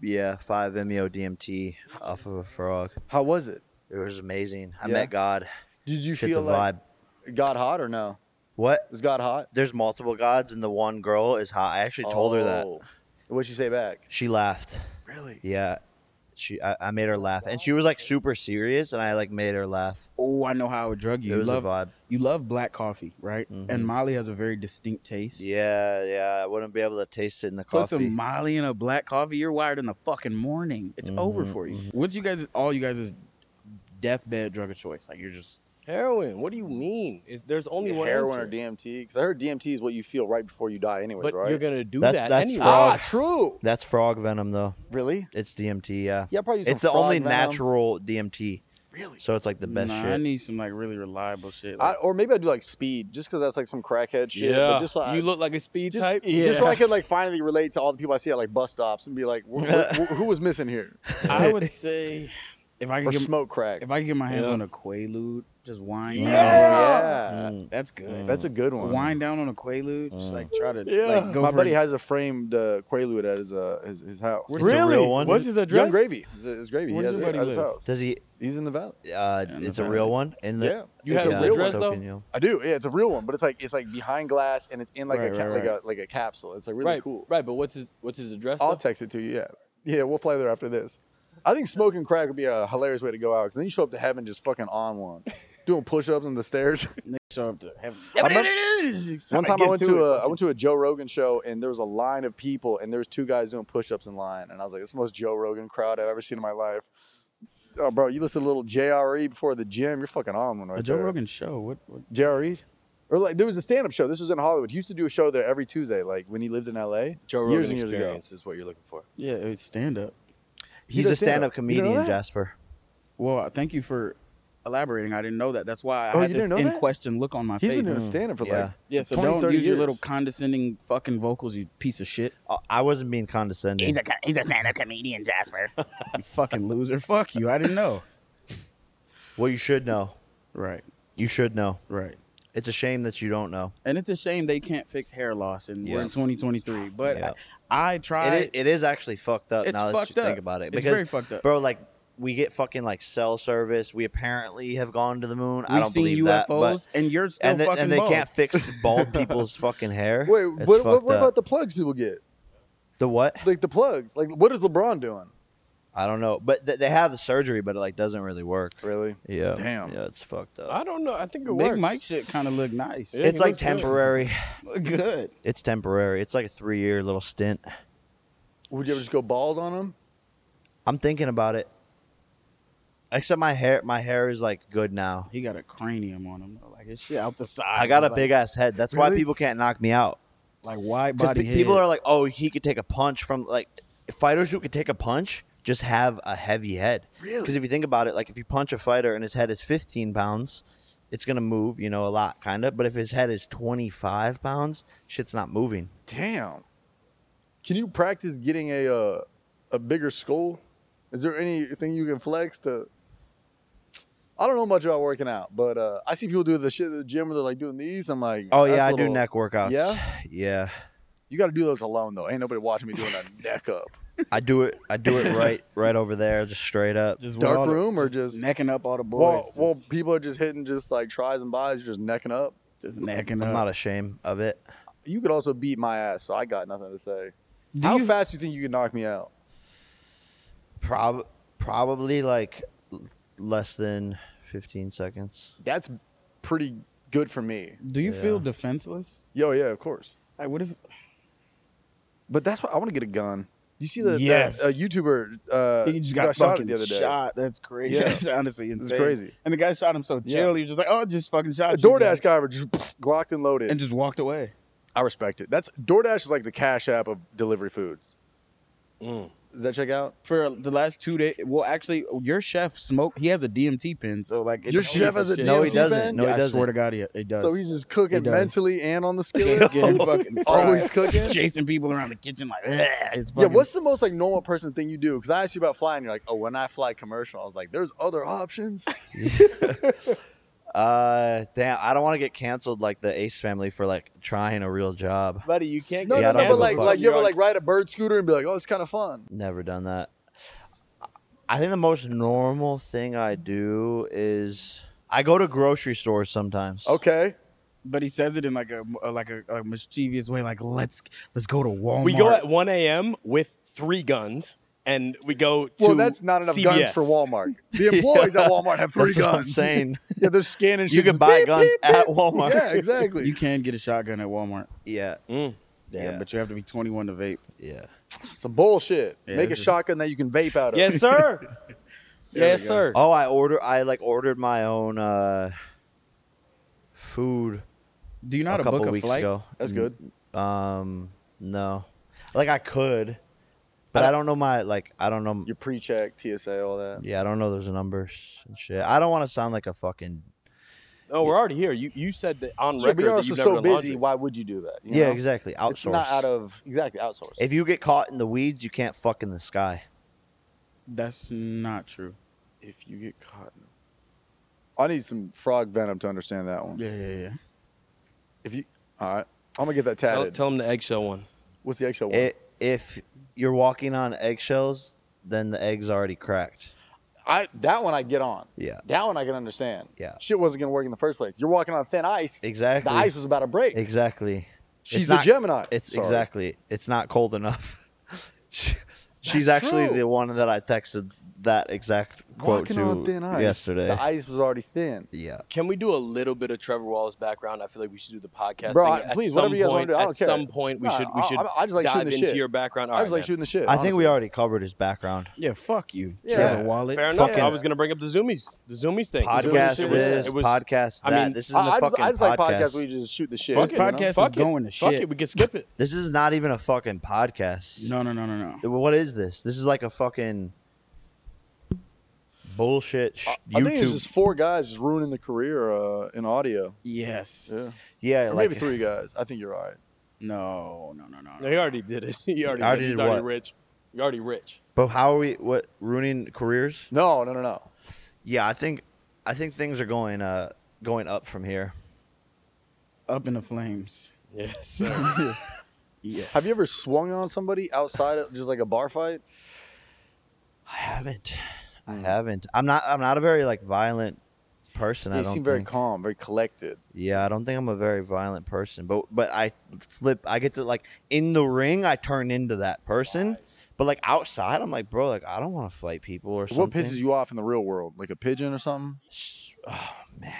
Yeah, five E meo DMT off of a frog. How was it? It was amazing. I Yeah. met God. Did you Shit's feel a like vibe. it got hot or no? What? It got hot. There's multiple gods, and the one girl is hot. I actually told her that. Oh. What'd she say back? She laughed. Really? Yeah. She, I, I made her laugh, and she was like super serious, and I like made her laugh. Oh, I know how I would drug you. It was a you love, vibe. Mm-hmm. You love black coffee, right? And Molly has a very distinct taste. Yeah, yeah. I wouldn't be able to taste it in the Put coffee. some Molly in a black coffee. You're wired in the fucking morning. It's over Mm-hmm, for you. What's you guys? All you guys is deathbed drug of choice. Like you're just Heroin. What do you mean? Is there's only one Heroin answer. or DMT? Because I heard DMT is what you feel right before you die, anyways, But right? you're gonna do That's- that that's anyway. frog. ah, true. That's frog venom, though. Really? It's DMT. Yeah. Yeah, probably some It's the only frog venom. natural DMT. Really? So it's like the best nah, I shit. need some like really reliable shit. I, Like, or maybe I do like speed, just because that's like some crackhead shit. Yeah, But just so I- you look like a speed just, e, type. just so I could like finally relate to all the people I see at like bus stops and be like, wh- wh- wh- who was missing here? I, would say if I Or could get, smoke crack. if I could get my hands Yeah. on a Quaalude, just wind. yeah, Mm. that's good. that's a good one. wind down on a Quaalude. Just like try to Yeah. like go My for buddy it. has a framed uh, Quaalude at his uh, his, his house. It's a Really? real one? What's his Young Gravy. It's, it's Gravy. Where he does has it your buddy at his live? house. Does he? He's in the valley. Uh, Yeah, it's no a bad. real one. In the, Yeah. You it's have a his real address, one. though? Soaking you. I do. Yeah, it's a real one, but it's like it's like behind glass and it's in like a Right, ca- right, like right. a like a capsule. It's like really Right, cool. right. But what's his what's his address? I'll though? text it to you. Yeah, yeah. We'll fly there after this. I think smoking crack would be a hilarious way to go out because then you show up to heaven just fucking on one, doing push-ups on the stairs. Nigga show up to heaven. I remember- One time I went to, a I went to a Joe Rogan show and there was a line of people and there was two guys doing push-ups in line and I was like, "This is the most Joe Rogan crowd I've ever seen in my life." Oh, bro, you listen to a little JRE before the gym. You're fucking on one right a Joe there. Rogan show. What? what JRE? E? Or like there was a stand-up show. This was in Hollywood. He used to do a show there every Tuesday, like when he lived in LA. Joe years and Rogan years ago. experience is what you're looking for. yeah, it's stand up. He's does a stand-up stand-up. You didn't know comedian, that? Jasper. Well, thank you for elaborating. I didn't know that. That's why I Oh, had you this didn't know in that? question look on my He's face. been doing stand-up for Yeah. like yeah, so 20, don't 30 use your years. little condescending fucking vocals, you piece of shit. I- I wasn't being condescending. He's a co- he's a stand-up comedian, Jasper. You fucking loser. Fuck you. I didn't know. well, you should know. Right, You should know. right. It's a shame that you don't know. And it's a shame they can't fix hair loss, and we're Yeah. in 2023. But Yeah. I, I It tried. i- it is actually fucked up It's now that fucked you think up. about it. It's Because, very fucked up. Bro, like, we get fucking, like, cell service. We apparently have gone to the moon. I We've don't seen believe that. but- UFOs, and you're still and, the- fucking and they bald. can't fix bald people's fucking hair. Wait, It's what, what, fucked what up. about the plugs people get? The what? Like the plugs. Like what is LeBron doing? I don't know, but th- they have the surgery, but it like doesn't really work. Really? Yeah. Damn. Yeah, it's fucked up. I don't know. I think it Big works. Mike shit kind of look nice. Yeah. it's he like looks good. temporary. Look good. It's temporary. It's like a three-year little stint. Would you ever just go bald on him? I'm thinking about it. Except my hair, my hair is like good now. He got a cranium on him. though. Like his shit out the side. I got a It's big like, ass head. That's why Really? people can't knock me out. like wide Because body. people head. are like, oh, he could take a punch from like fighters who could take a punch just have a heavy head. Really? Because if you think about it, like if you punch a fighter and his head is 15 pounds, it's gonna move, you know, a lot, kind of. But if his head is 25 pounds, shit's not moving. Damn. Can you practice getting a uh, a bigger skull? Is there anything you can flex to? I don't know much about working out, but uh, I see people do the shit at the gym where they're like doing these. I'm like, Oh that's yeah, a I do little- neck workouts. Yeah? yeah. You got to do those alone though. Ain't nobody watching me doing a neck up. I do it. I do it right, right over there, just straight up. Just with Dark all the- room or just- necking up all the boys? Well, well, just, people are just hitting just like tries and buys, just necking up. just necking I'm up. not ashamed of it. You could also beat my ass, so I got nothing to say. Do How you- fast do you think you could knock me out? Prob- probably like l- less than 15 seconds. That's pretty good for me. Do you feel defenseless? Yo, yeah, of course. Like, what if But that's why I want to get a gun. You see the, Yes. the uh, YouTuber uh, he just got, shot fucking the other day. shot? That's crazy. Yeah. That's honestly insane. crazy. And the guy shot him so chill. Yeah. He was just like, "Oh, just fucking shot." A you, guy," DoorDash guy were just glocked and loaded. and just walked away. I respect it. That's DoorDash is like the cash app of delivery foods. Mm. Does that check out? for the last two days. Well, actually, your chef smoke. He has a DMT pin, so like it Your don't- chef has a No, he DMT doesn't. pen? No, he I doesn't. swear to God, he, he does. So he's just cooking He does. mentally and on the skillet. Just getting fucking Always fried. cooking? chasing people around the kitchen like. "Ugh," it's Yeah, fucking- what's the most like normal person thing you do? Because I asked you about flying, you're like, oh, when I fly commercial, I was like, there's other options. Uh, damn, I don't want to get canceled like the Ace family for like trying a real job. buddy, you can't. No, get Yeah, I no, don't no, give but a like, fuck. like you ever like ride a bird scooter and be like, oh, it's kind of fun. Never done that. I think the most normal thing I do is I go to grocery stores sometimes. Okay, But he says it in like a a- like a, a mischievous way, like let's let's go to Walmart. we go at 1 a.m. with three guns, and we go. To well, that's not enough guns CVS. for Walmart. The employees at Walmart have three That's what guns. I'm saying. Yeah, they're scanning. you shit, can just buy beep, guns beep, at beep. Walmart. Yeah, exactly. You can get a shotgun at Walmart. Yeah. Mm. Yeah, but you have to be 21 to vape. Yeah. Some bullshit. Yeah, Make a this is- shotgun that you can vape out of. Yes, sir. yes, sir. Oh, I order. I like ordered my own uh food Do you know a how to couple book a weeks flight? ago. that's good. Um, no, like I could, but I don't, know my like I don't know. You pre-check TSA, all that. Yeah, I don't know those numbers and shit. I don't want to sound like a fucking Oh, we're already here. You you said that on Yeah, record but you're that also you've never so done busy. laundry. Why would you do that? you yeah, know? exactly outsource. It's not out of exactly outsource. if you get caught in the weeds, you can't fuck in the sky. That's not true. if you get caught. I need some frog venom to understand that one. Yeah, yeah, yeah. If you, all right, I'm gonna get that Tell, tatted. tell him the eggshell one. What's the eggshell one? It, if you're walking on eggshells, then the egg's already cracked. I that one I get on. Yeah. that one I can understand. Yeah. shit wasn't gonna work in the first place. You're walking on thin ice. Exactly. The ice was about to break. Exactly. It's She's a Gemini. It's Sorry. exactly. It's not cold enough. She- She's actually true. the one that I texted that exact quote Walking to on thin ice. yesterday. the ice was already thin. yeah. Can we do a little bit of Trevor Wallace background? I feel like we should do the podcast. Bro, thing. I- At please, some whatever you guys wanna point, do, I don't at care. some point, we Nah, should we I- should I- I just like dive shooting the into shit. your background. All I right, was like man. shooting the shit. I think we honestly. already covered his background. Yeah, fuck you, Yeah. Trevor Wallet. Fair enough. Fucking- I was gonna bring up the zoomies, the zoomies thing. Podcast It was- it was- this, it was- podcast I that. mean, this isn't I, a I just, fucking I just podcast. like podcasts where you just shoot the shit. Fuck you it. know? Podcast Fuck is it. going to Fuck shit. it. We can skip it. This is not even a fucking podcast. No, no, no, no, no. What is this? This is like a fucking bullshit sh- I think it's YouTube. just four guys just ruining the career uh, in audio. Yes. Yeah, yeah, Or like maybe three guys. I think you're all right. No, no, no, no. No, he already did it. He already, Already did. He's did already what? rich. You're already rich. But how are we? What ruining careers? No, no, no, no. Yeah, I think I think things are going uh going up from here. Up in the flames. Yes. sir. Have you ever swung on somebody outside of just like a bar fight? I haven't. I haven't. I'm not. I'm not a very like violent person. I You don't seem very think. calm, very collected. yeah, I don't think I'm a very violent person. But but I flip. I get to like in the ring. I turn into that person. But like outside, I'm like, bro, like I don't want to fight people or something. What pisses you off in the real world? Like a pigeon or something? They're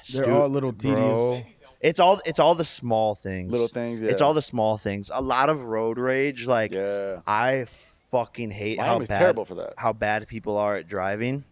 Stu- all little tedious. bro. It's all it's all the small things. Little things, It's yeah. all the small things. A lot of road rage. Like Yeah. I fucking hate how Miami's bad, terrible for that. How bad people are at driving.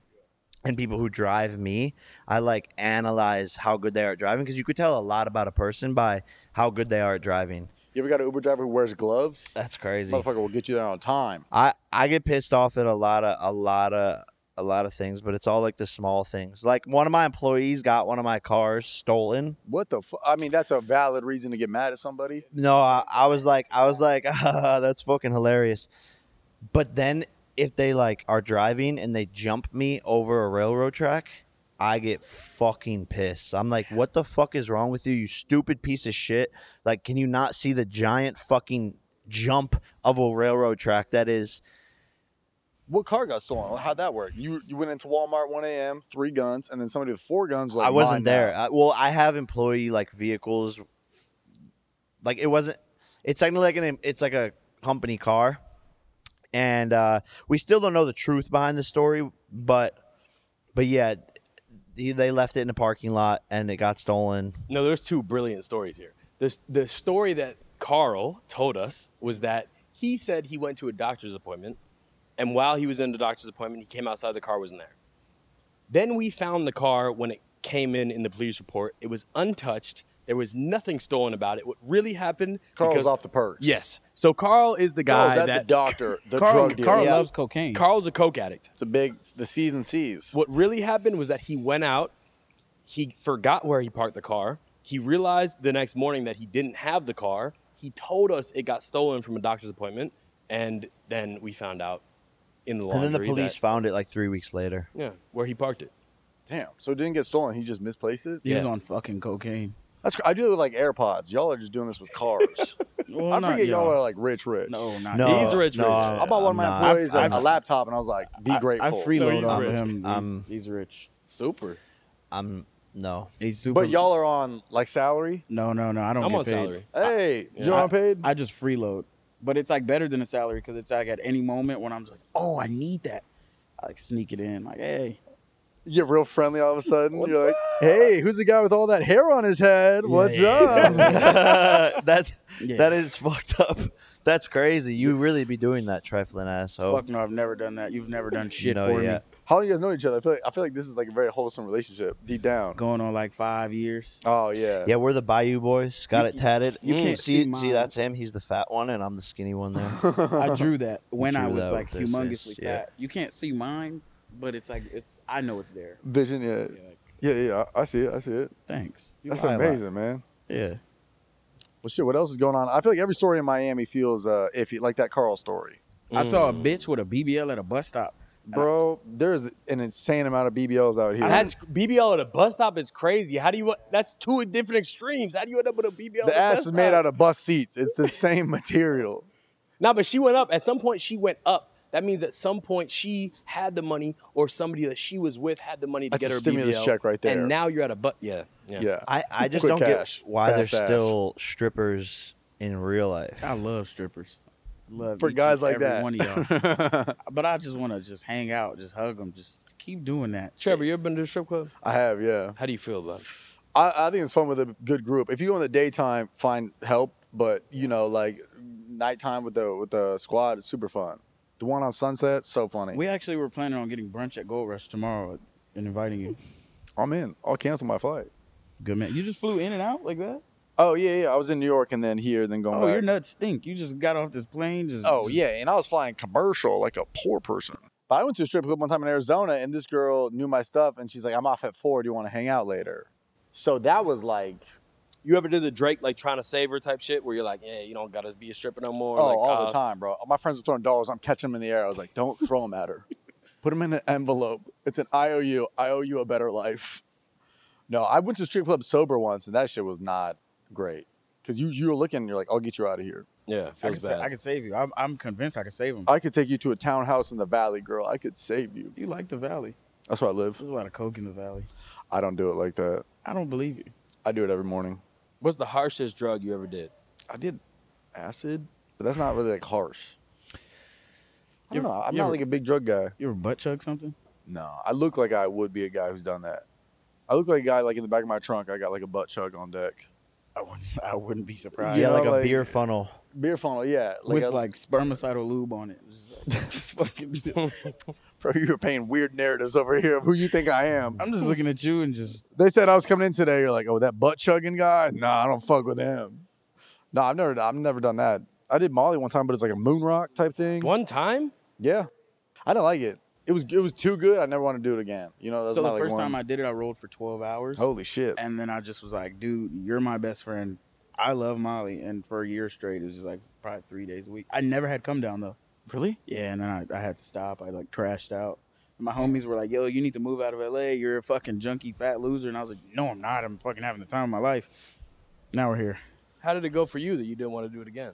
And people who drive me, I like analyze how good they are at driving because you could tell a lot about a person by how good they are at driving. You ever got an Uber driver who wears gloves? That's crazy. Motherfucker will get you there on time. I I get pissed off at a lot of a lot of a lot of things, but it's all like the small things. Like one of my employees got one of my cars stolen. What the fuck? I mean, that's a valid reason to get mad at somebody. No, I, I was like, I was like, that's fucking hilarious. But then if they like are driving and they jump me over a railroad track, I get fucking pissed. I'm like, what the fuck is wrong with you, you stupid piece of shit? Like, can you not see the giant fucking jump of a railroad track that is What car got stolen? How'd that work? You you went into Walmart 1 a.m. three guns, and then somebody with four guns. was Like, I wasn't "Mine now." there. I, well, I have employee like vehicles. Like it wasn't. It's technically like an. It's like a company car, and uh, we still don't know the truth behind the story. But, but yeah, th- they left it in the parking lot and it got stolen. No, there's two brilliant stories here. The, the story that Carl told us was that he said he went to a doctor's appointment, and while he was in the doctor's appointment, he came outside, the car wasn't there. Then we found the car when it came in in the police report. It was untouched, there was nothing stolen about it. What really happened? Carl was because- off the perks. Yes. So Carl is the Carl guy was at that. the doctor, the Carl, drug dealer. Carl Yeah. loves cocaine. Carl's a coke addict. It's a big it's the C's and C's. What really happened was that he went out, he forgot where he parked the car. He realized the next morning that he didn't have the car. He told us it got stolen from a doctor's appointment, and then we found out in the And laundry then the police that- found it like three weeks later. yeah, where he parked it. Damn. So it didn't get stolen. He just misplaced it. he was Yeah. on fucking cocaine. That's cr- I do it with like AirPods. Y'all are just doing this with cars. Well, I not forget y'all y'all. are like rich, rich. No, not No, He's rich, no, rich. I bought one of my I'm not. employees a I've- a laptop, and I was like, "Be I grateful." No, freeload he's off of rich. him. Um, he's, he's rich. Super. I'm no. He's super. but y'all are on like salary. No, no, no. I don't I'm get on paid. salary. Hey, you're I- on paid. I just freeload, but it's like better than a salary because it's like at any moment when I'm just like, oh, I need that. I like sneak it in, like, hey, you get real friendly all of a sudden. you're like, "Hey, who's the guy with all that hair on his head? What's up?" that Yeah. that is fucked up. That's crazy. You really be doing that trifling asshole. fuck no, I've never done that. You've never done shit Oh. No, for yeah. me. How long you guys know each other? I feel like I feel like this is like a very wholesome relationship deep down. Going on like five years. Oh yeah. Yeah, we're the Bayou boys. Got it tatted. Mm, you can't see. see mine. See, that's him. He's the fat one, and I'm the skinny one there. I drew that when I drew was that like with this humongously face, yeah. fat. You can't see mine, but it's like it's. I know it's there. Vision. Yeah. like- Yeah, yeah. I I see it. I see it. Thanks. You That's lie a lot. amazing, man. Yeah. Well, shit. What else is going on? I feel like every story in Miami feels uh, iffy, like that Carl story, I saw a bitch with a BBL at a bus stop. bro. There's an insane amount of BBLs out here. That's BBL at a bus stop is crazy. How do you? That's two different extremes. How do you end up with a BBL? the ass is made out of bus seats. It's the same material. Nah, but she went up. At some point, she went up. That means at some point she had the money, or somebody that she was with had the money to That's get a her stimulus BBL, check right there. And now you're at a butt. Yeah, yeah. Yeah. I, I just Quick don't cash, get why fast there's ass. still strippers in real life. I love strippers. I Love For each guys and like every that. one of y'all. but I just want to just hang out, just hug them, just keep doing that. Trevor, you ever been to a strip club? I have, yeah. How do you feel about it? I, I think it's fun with a good group. If you go in the daytime, find help. But you know, like nighttime with the with the squad is super fun. The one on Sunset, so funny. We actually were planning on getting brunch at Gold Rush tomorrow and inviting you. I'm in. I'll cancel my flight. Good man. You just flew in and out like that? Oh yeah, yeah. I was in New York and then here, then going. Oh, back. your nuts stink. You just got off this plane. Just Oh just- yeah, and I was flying commercial like a poor person. But I went to a strip club one time in Arizona, and this girl knew my stuff, and she's like, "I'm off at four. Do you want to hang out later?" So that was like, You ever did the Drake like trying to save her type shit, where you're like, yeah, you don't gotta be a stripper no more. oh, like, all uh, the time, bro. My friends were throwing dollars. I'm catching them in the air. I was like, "Don't throw them at her. Put them in an envelope. It's an IOU. I owe you a better life." No, I went to a strip club sober once, and that shit was not great. Cause you you were looking, and you're like, "I'll get you out of here. Yeah, I feels could, sa- bad. I could save you. I'm, I'm convinced I could save him. I could take you to a townhouse in the valley, girl. I could save you. Oh, you like the valley. That's where I live. There's a lot of coke in the valley. I don't do it like that. I don't believe you. I do it every morning." What's the harshest drug you ever did? I did acid, but that's not really like harsh. I don't You- know. I'm you not ever- like a big drug guy. You ever butt chug something? No, I look like I would be a guy who's done that. I look like a guy like in the back of my trunk. I got like a butt chug on deck. I wouldn't. I wouldn't be Yeah, surprised. You know, like a like- beer funnel. Beer funnel, yeah. Oh, Like, With I- like spermicidal lube on it. Just like, fucking- bro, you were painting weird narratives over here of who you think I am. I'm just looking at you and just They said I was coming in today. You're like, oh, that butt chugging guy. Nah, I don't fuck with him. No, I've never, I've never done that. I did Molly one time, but it's like a moon rock type thing. One time? Yeah, I didn't like it. It was, it was too good. I never want to do it again. You know, that's so not the like first one- time I did it, I rolled for 12 hours. Holy shit. And then I just was like, dude, you're my best friend. I love Molly. And for a year straight, it was just like probably three days a week. I never had come down though. Really? Yeah. And then I, I had to stop. I like crashed out. And my homies were like, yo, you need to move out of LA. You're a fucking junkie fat loser. And I was like, no, I'm not. I'm fucking having the time of my life. Now we're here. How did it go for you that you didn't want to do it again?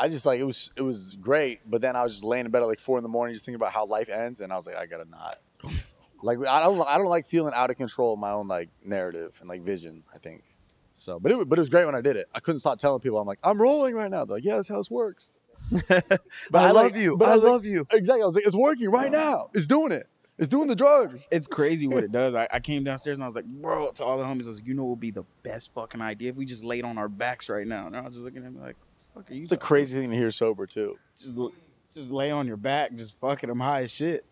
I just like it was it was great, but then I was just laying in bed at like four in the morning, just thinking about how life ends, and I was like, I gotta not. Like I don't I don't like feeling out of control of my own like narrative and like vision. I think so, but it wa- but it was great when I did it. I couldn't stop telling people I'm like I'm rolling right now. They're like, yeah, that's how this works. but I love like- you. but I was like- love you. Exactly. I was like, it's working right now. It's doing it. It's doing the drugs. It's crazy what it does. I, I came downstairs and I was like, bro, to all the homies, I was like, you know what would be the best fucking idea if we just laid on our backs right now. And I was just looking at me like, what the fuck are you It's a talking- crazy thing to hear sober too. Just, l- just lay on your back, just fucking them high as shit.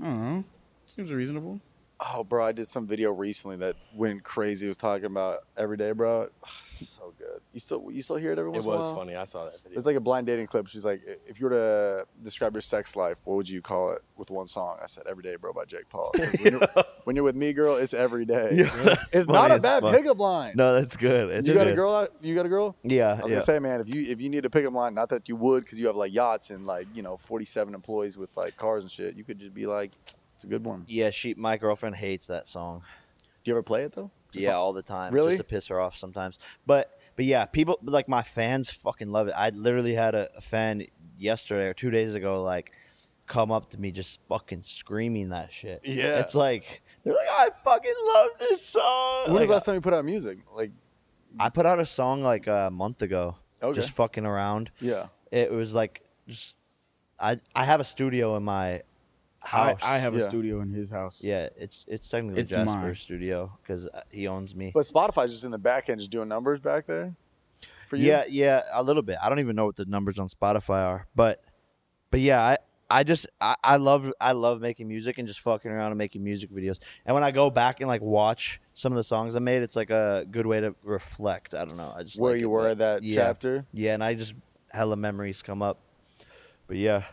I don't know. Seems reasonable. Oh, bro, I did some video recently that went crazy. It was talking about every day, bro. So good. You still you still hear it every It once in a was while? funny. I saw that video. It's like a blind dating clip. She's like, "I- if you were to describe your sex life, what would you call it with one song? I said, Every Day, Bro by Jake Paul. 'Cause When, you're, when you're with me, girl, it's every day. it's not funny a as bad fuck. pickup line. No, that's good. It's you got a good. girl? out- You got a girl? Yeah, I was yeah. gonna say, man, if you if you need a pickup line, not that you would, because you have like yachts and like you know forty seven employees with like cars and shit, you could just be like, it's a good one. Do yeah, she. My girlfriend hates that song. you ever play it though? yeah, all the time. Really? Just to piss her off sometimes. But but yeah, people like my fans fucking love it. I literally had a, a fan yesterday or two days ago like come up to me just fucking screaming that shit. Yeah. It's like they're like, I fucking love this song. When was Like, the last time you put out music? Like, I put out a song like a month ago. Okay. Just fucking around. yeah, It was like just I I have a studio in my I, house. I have Yeah. a studio in his house. yeah, it's it's technically It's mine. Jasper's studio because he owns me. but Spotify's just in the back end, just doing numbers back there. For you, Yeah, yeah, a little bit. I don't even know what the numbers on Spotify are, but but yeah, I I just I, I love I love making music and just fucking around and making music videos. And when I go back and like watch some of the songs I made, it's like a good way to reflect. I don't know. I just where like you it, were but- at that yeah. chapter. Yeah, and I just hella memories come up. But yeah,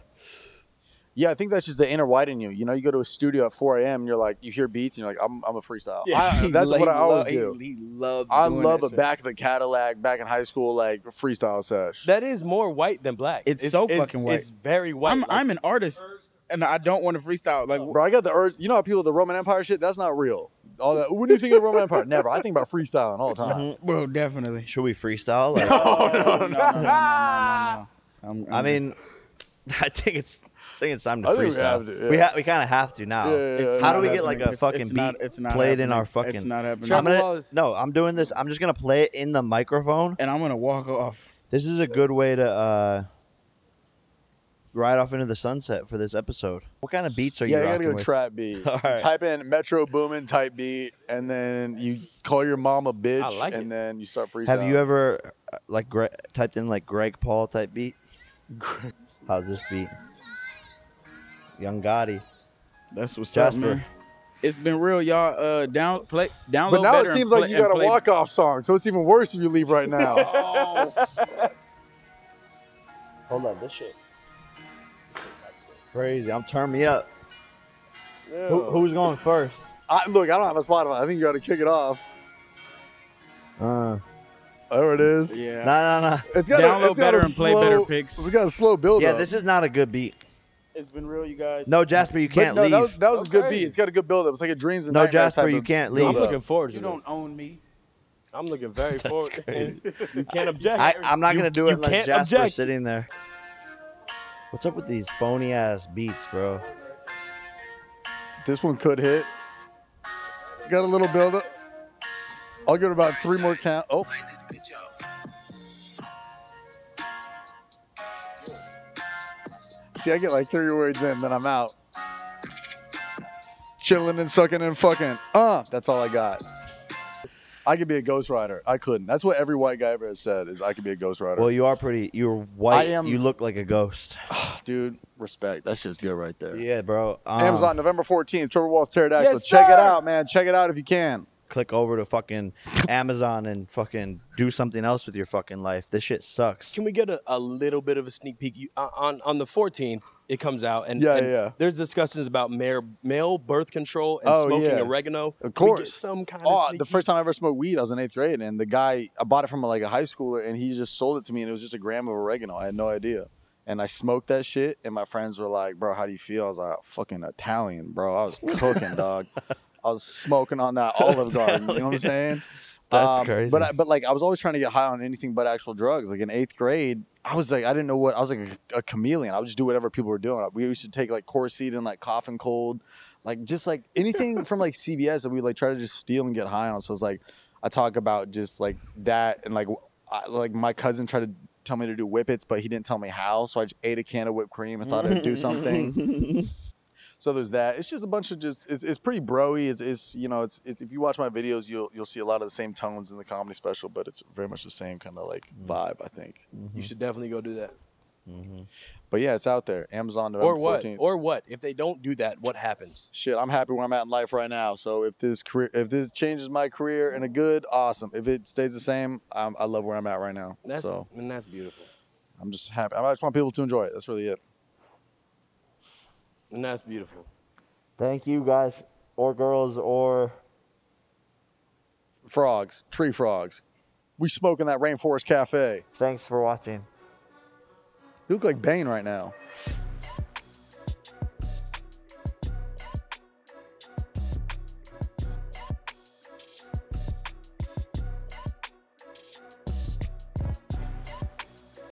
Yeah, I think that's just the inner white in you. You know, you go to a studio at 4 a.m. and you're like, you hear beats and you're like, I'm, I'm a freestyle. I, He that's lo- what I he always lo- do. He, he loved I doing love that a shit. back of the Cadillac, back in high school, like freestyle sesh. that is more white than black. It's so fucking white. It's very white. I'm, Like, I'm an artist, and I don't want to freestyle. Like, Bro, I got the urge. You know how people with the Roman Empire shit? That's not real. All that. What do you think of the Roman Empire? Never. I think about freestyling all the Uh-huh. time. bro, definitely. should we freestyle? Like, no, no, no, no, no, no, no. I'm- I I'm- mean, I think it's I think it's time to I think we freestyle. have to, We yeah. ha- we kind of have to now. Yeah, yeah, It's- yeah. how do not we get like a happening. It's- fucking it's beat not- it's not played in happening. our It's fucking? not happening. I'm gonna, Trevor Wallace. no, I'm doing this. I'm just gonna play it in the microphone. and I'm gonna walk off. This is a good way to uh, ride off into the sunset for this episode. What kind of beats are Yeah, you you gotta rocking go with? trap beat. All right. Type in Metro Boomin type beat, and then you call your mom a bitch, I like and it. then you start freestyling. have you ever uh, like Gre- typed in like Greg Paul type beat? How's this beat? Young Gotti. That's what's Jasper. up, man. It's been real, y'all. Uh, down play, download. But now better it and seems play- like you and got a play- walk off song, so it's even worse if you leave right now. Hold on, this shit. Crazy. I'm turn me up. Who, who's going first? I, look, I don't have a Spotify. I think you got to kick it off. Uh, There it is. Yeah. nah, nah, nah. It's got Download better and play better picks. We got a slow build Yeah, up. this is not a good beat. It's been real, you guys. No, Jasper, you But can't no, leave. that was, that was a good Okay. beat. It's got a good build up. It's like a dreams and No, nightmares Jasper, type you of can't build I'm leave. up. looking forward to you don't this. own me. I'm looking very forward. you can't object. I, I'm not You- gonna do you it unless can't Jasper's object. sitting there. What's up with these phony ass beats, bro? This one could hit. Got a little build up. I'll give it about three more count. Oh, see, I get like three words in, then I'm out. Chilling and sucking and fucking. Uh, that's all I got. I could be a ghostwriter. I couldn't. That's what every white guy ever has said is I could be a ghostwriter. Well, you are pretty. You're white. I am- You look like a ghost. dude, respect. That's just good right there. Yeah, bro. Um, Amazon, November 14th, Trevor Wallace Pterodactyl. Check it out, man. Check it out if you can. Click over to fucking Amazon and fucking do something else with your fucking life. This shit sucks. Can we get a, a little bit of a sneak peek? You, on- on on the 14th, it comes out, and, Yeah, and yeah. there's discussions about male, male birth control and Oh, smoking yeah. oregano. Can we Of get course. some kind oh, of sneak the first time I ever smoked weed, I was in eighth grade, and the guy I bought it from like a high schooler, and he just sold it to me, and it was just a gram of oregano. I had no idea, and I smoked that shit, and my friends were like, "Bro, how do you feel?" I was like, "Fucking Italian, bro. I was cooking, dog. I was smoking on that Olive Garden. You know what I'm saying?" That's Um, crazy. But I, but like I was always trying to get high on anything but actual drugs. Like in eighth grade, I was like I didn't know what I was like a, a chameleon. I would just do whatever people were doing. We used to take like Corseed and like cough and cold, like just like anything from like CVS that we like try to just steal and get high on. So it's like I talk about just like that and like I, like my cousin tried to tell me to do whippets, but he didn't tell me how. So I just ate a can of whipped cream and thought I'd do something. So there's that. It's just a bunch of just. It's, it's pretty broy. It's, it's you know. It's, it's if you watch my videos, you'll you'll see a lot of the same tones in the comedy special, but it's very much the same kind of like vibe. I think. You should definitely go do that. But yeah, it's out there. Amazon Or November what? 14th. Or what? If they don't do that, what happens? shit. I'm happy where I'm at in life right now. So if this career, if this changes my career in a good, awesome. If it stays the same, I'm, I love where I'm at right now. That's, so and that's beautiful. I'm just happy. I just want people to enjoy it. That's really it. And that's beautiful. Thank you guys or girls or Frogs, tree frogs. We smoking that rainforest cafe. thanks for watching. You look like Bane right now.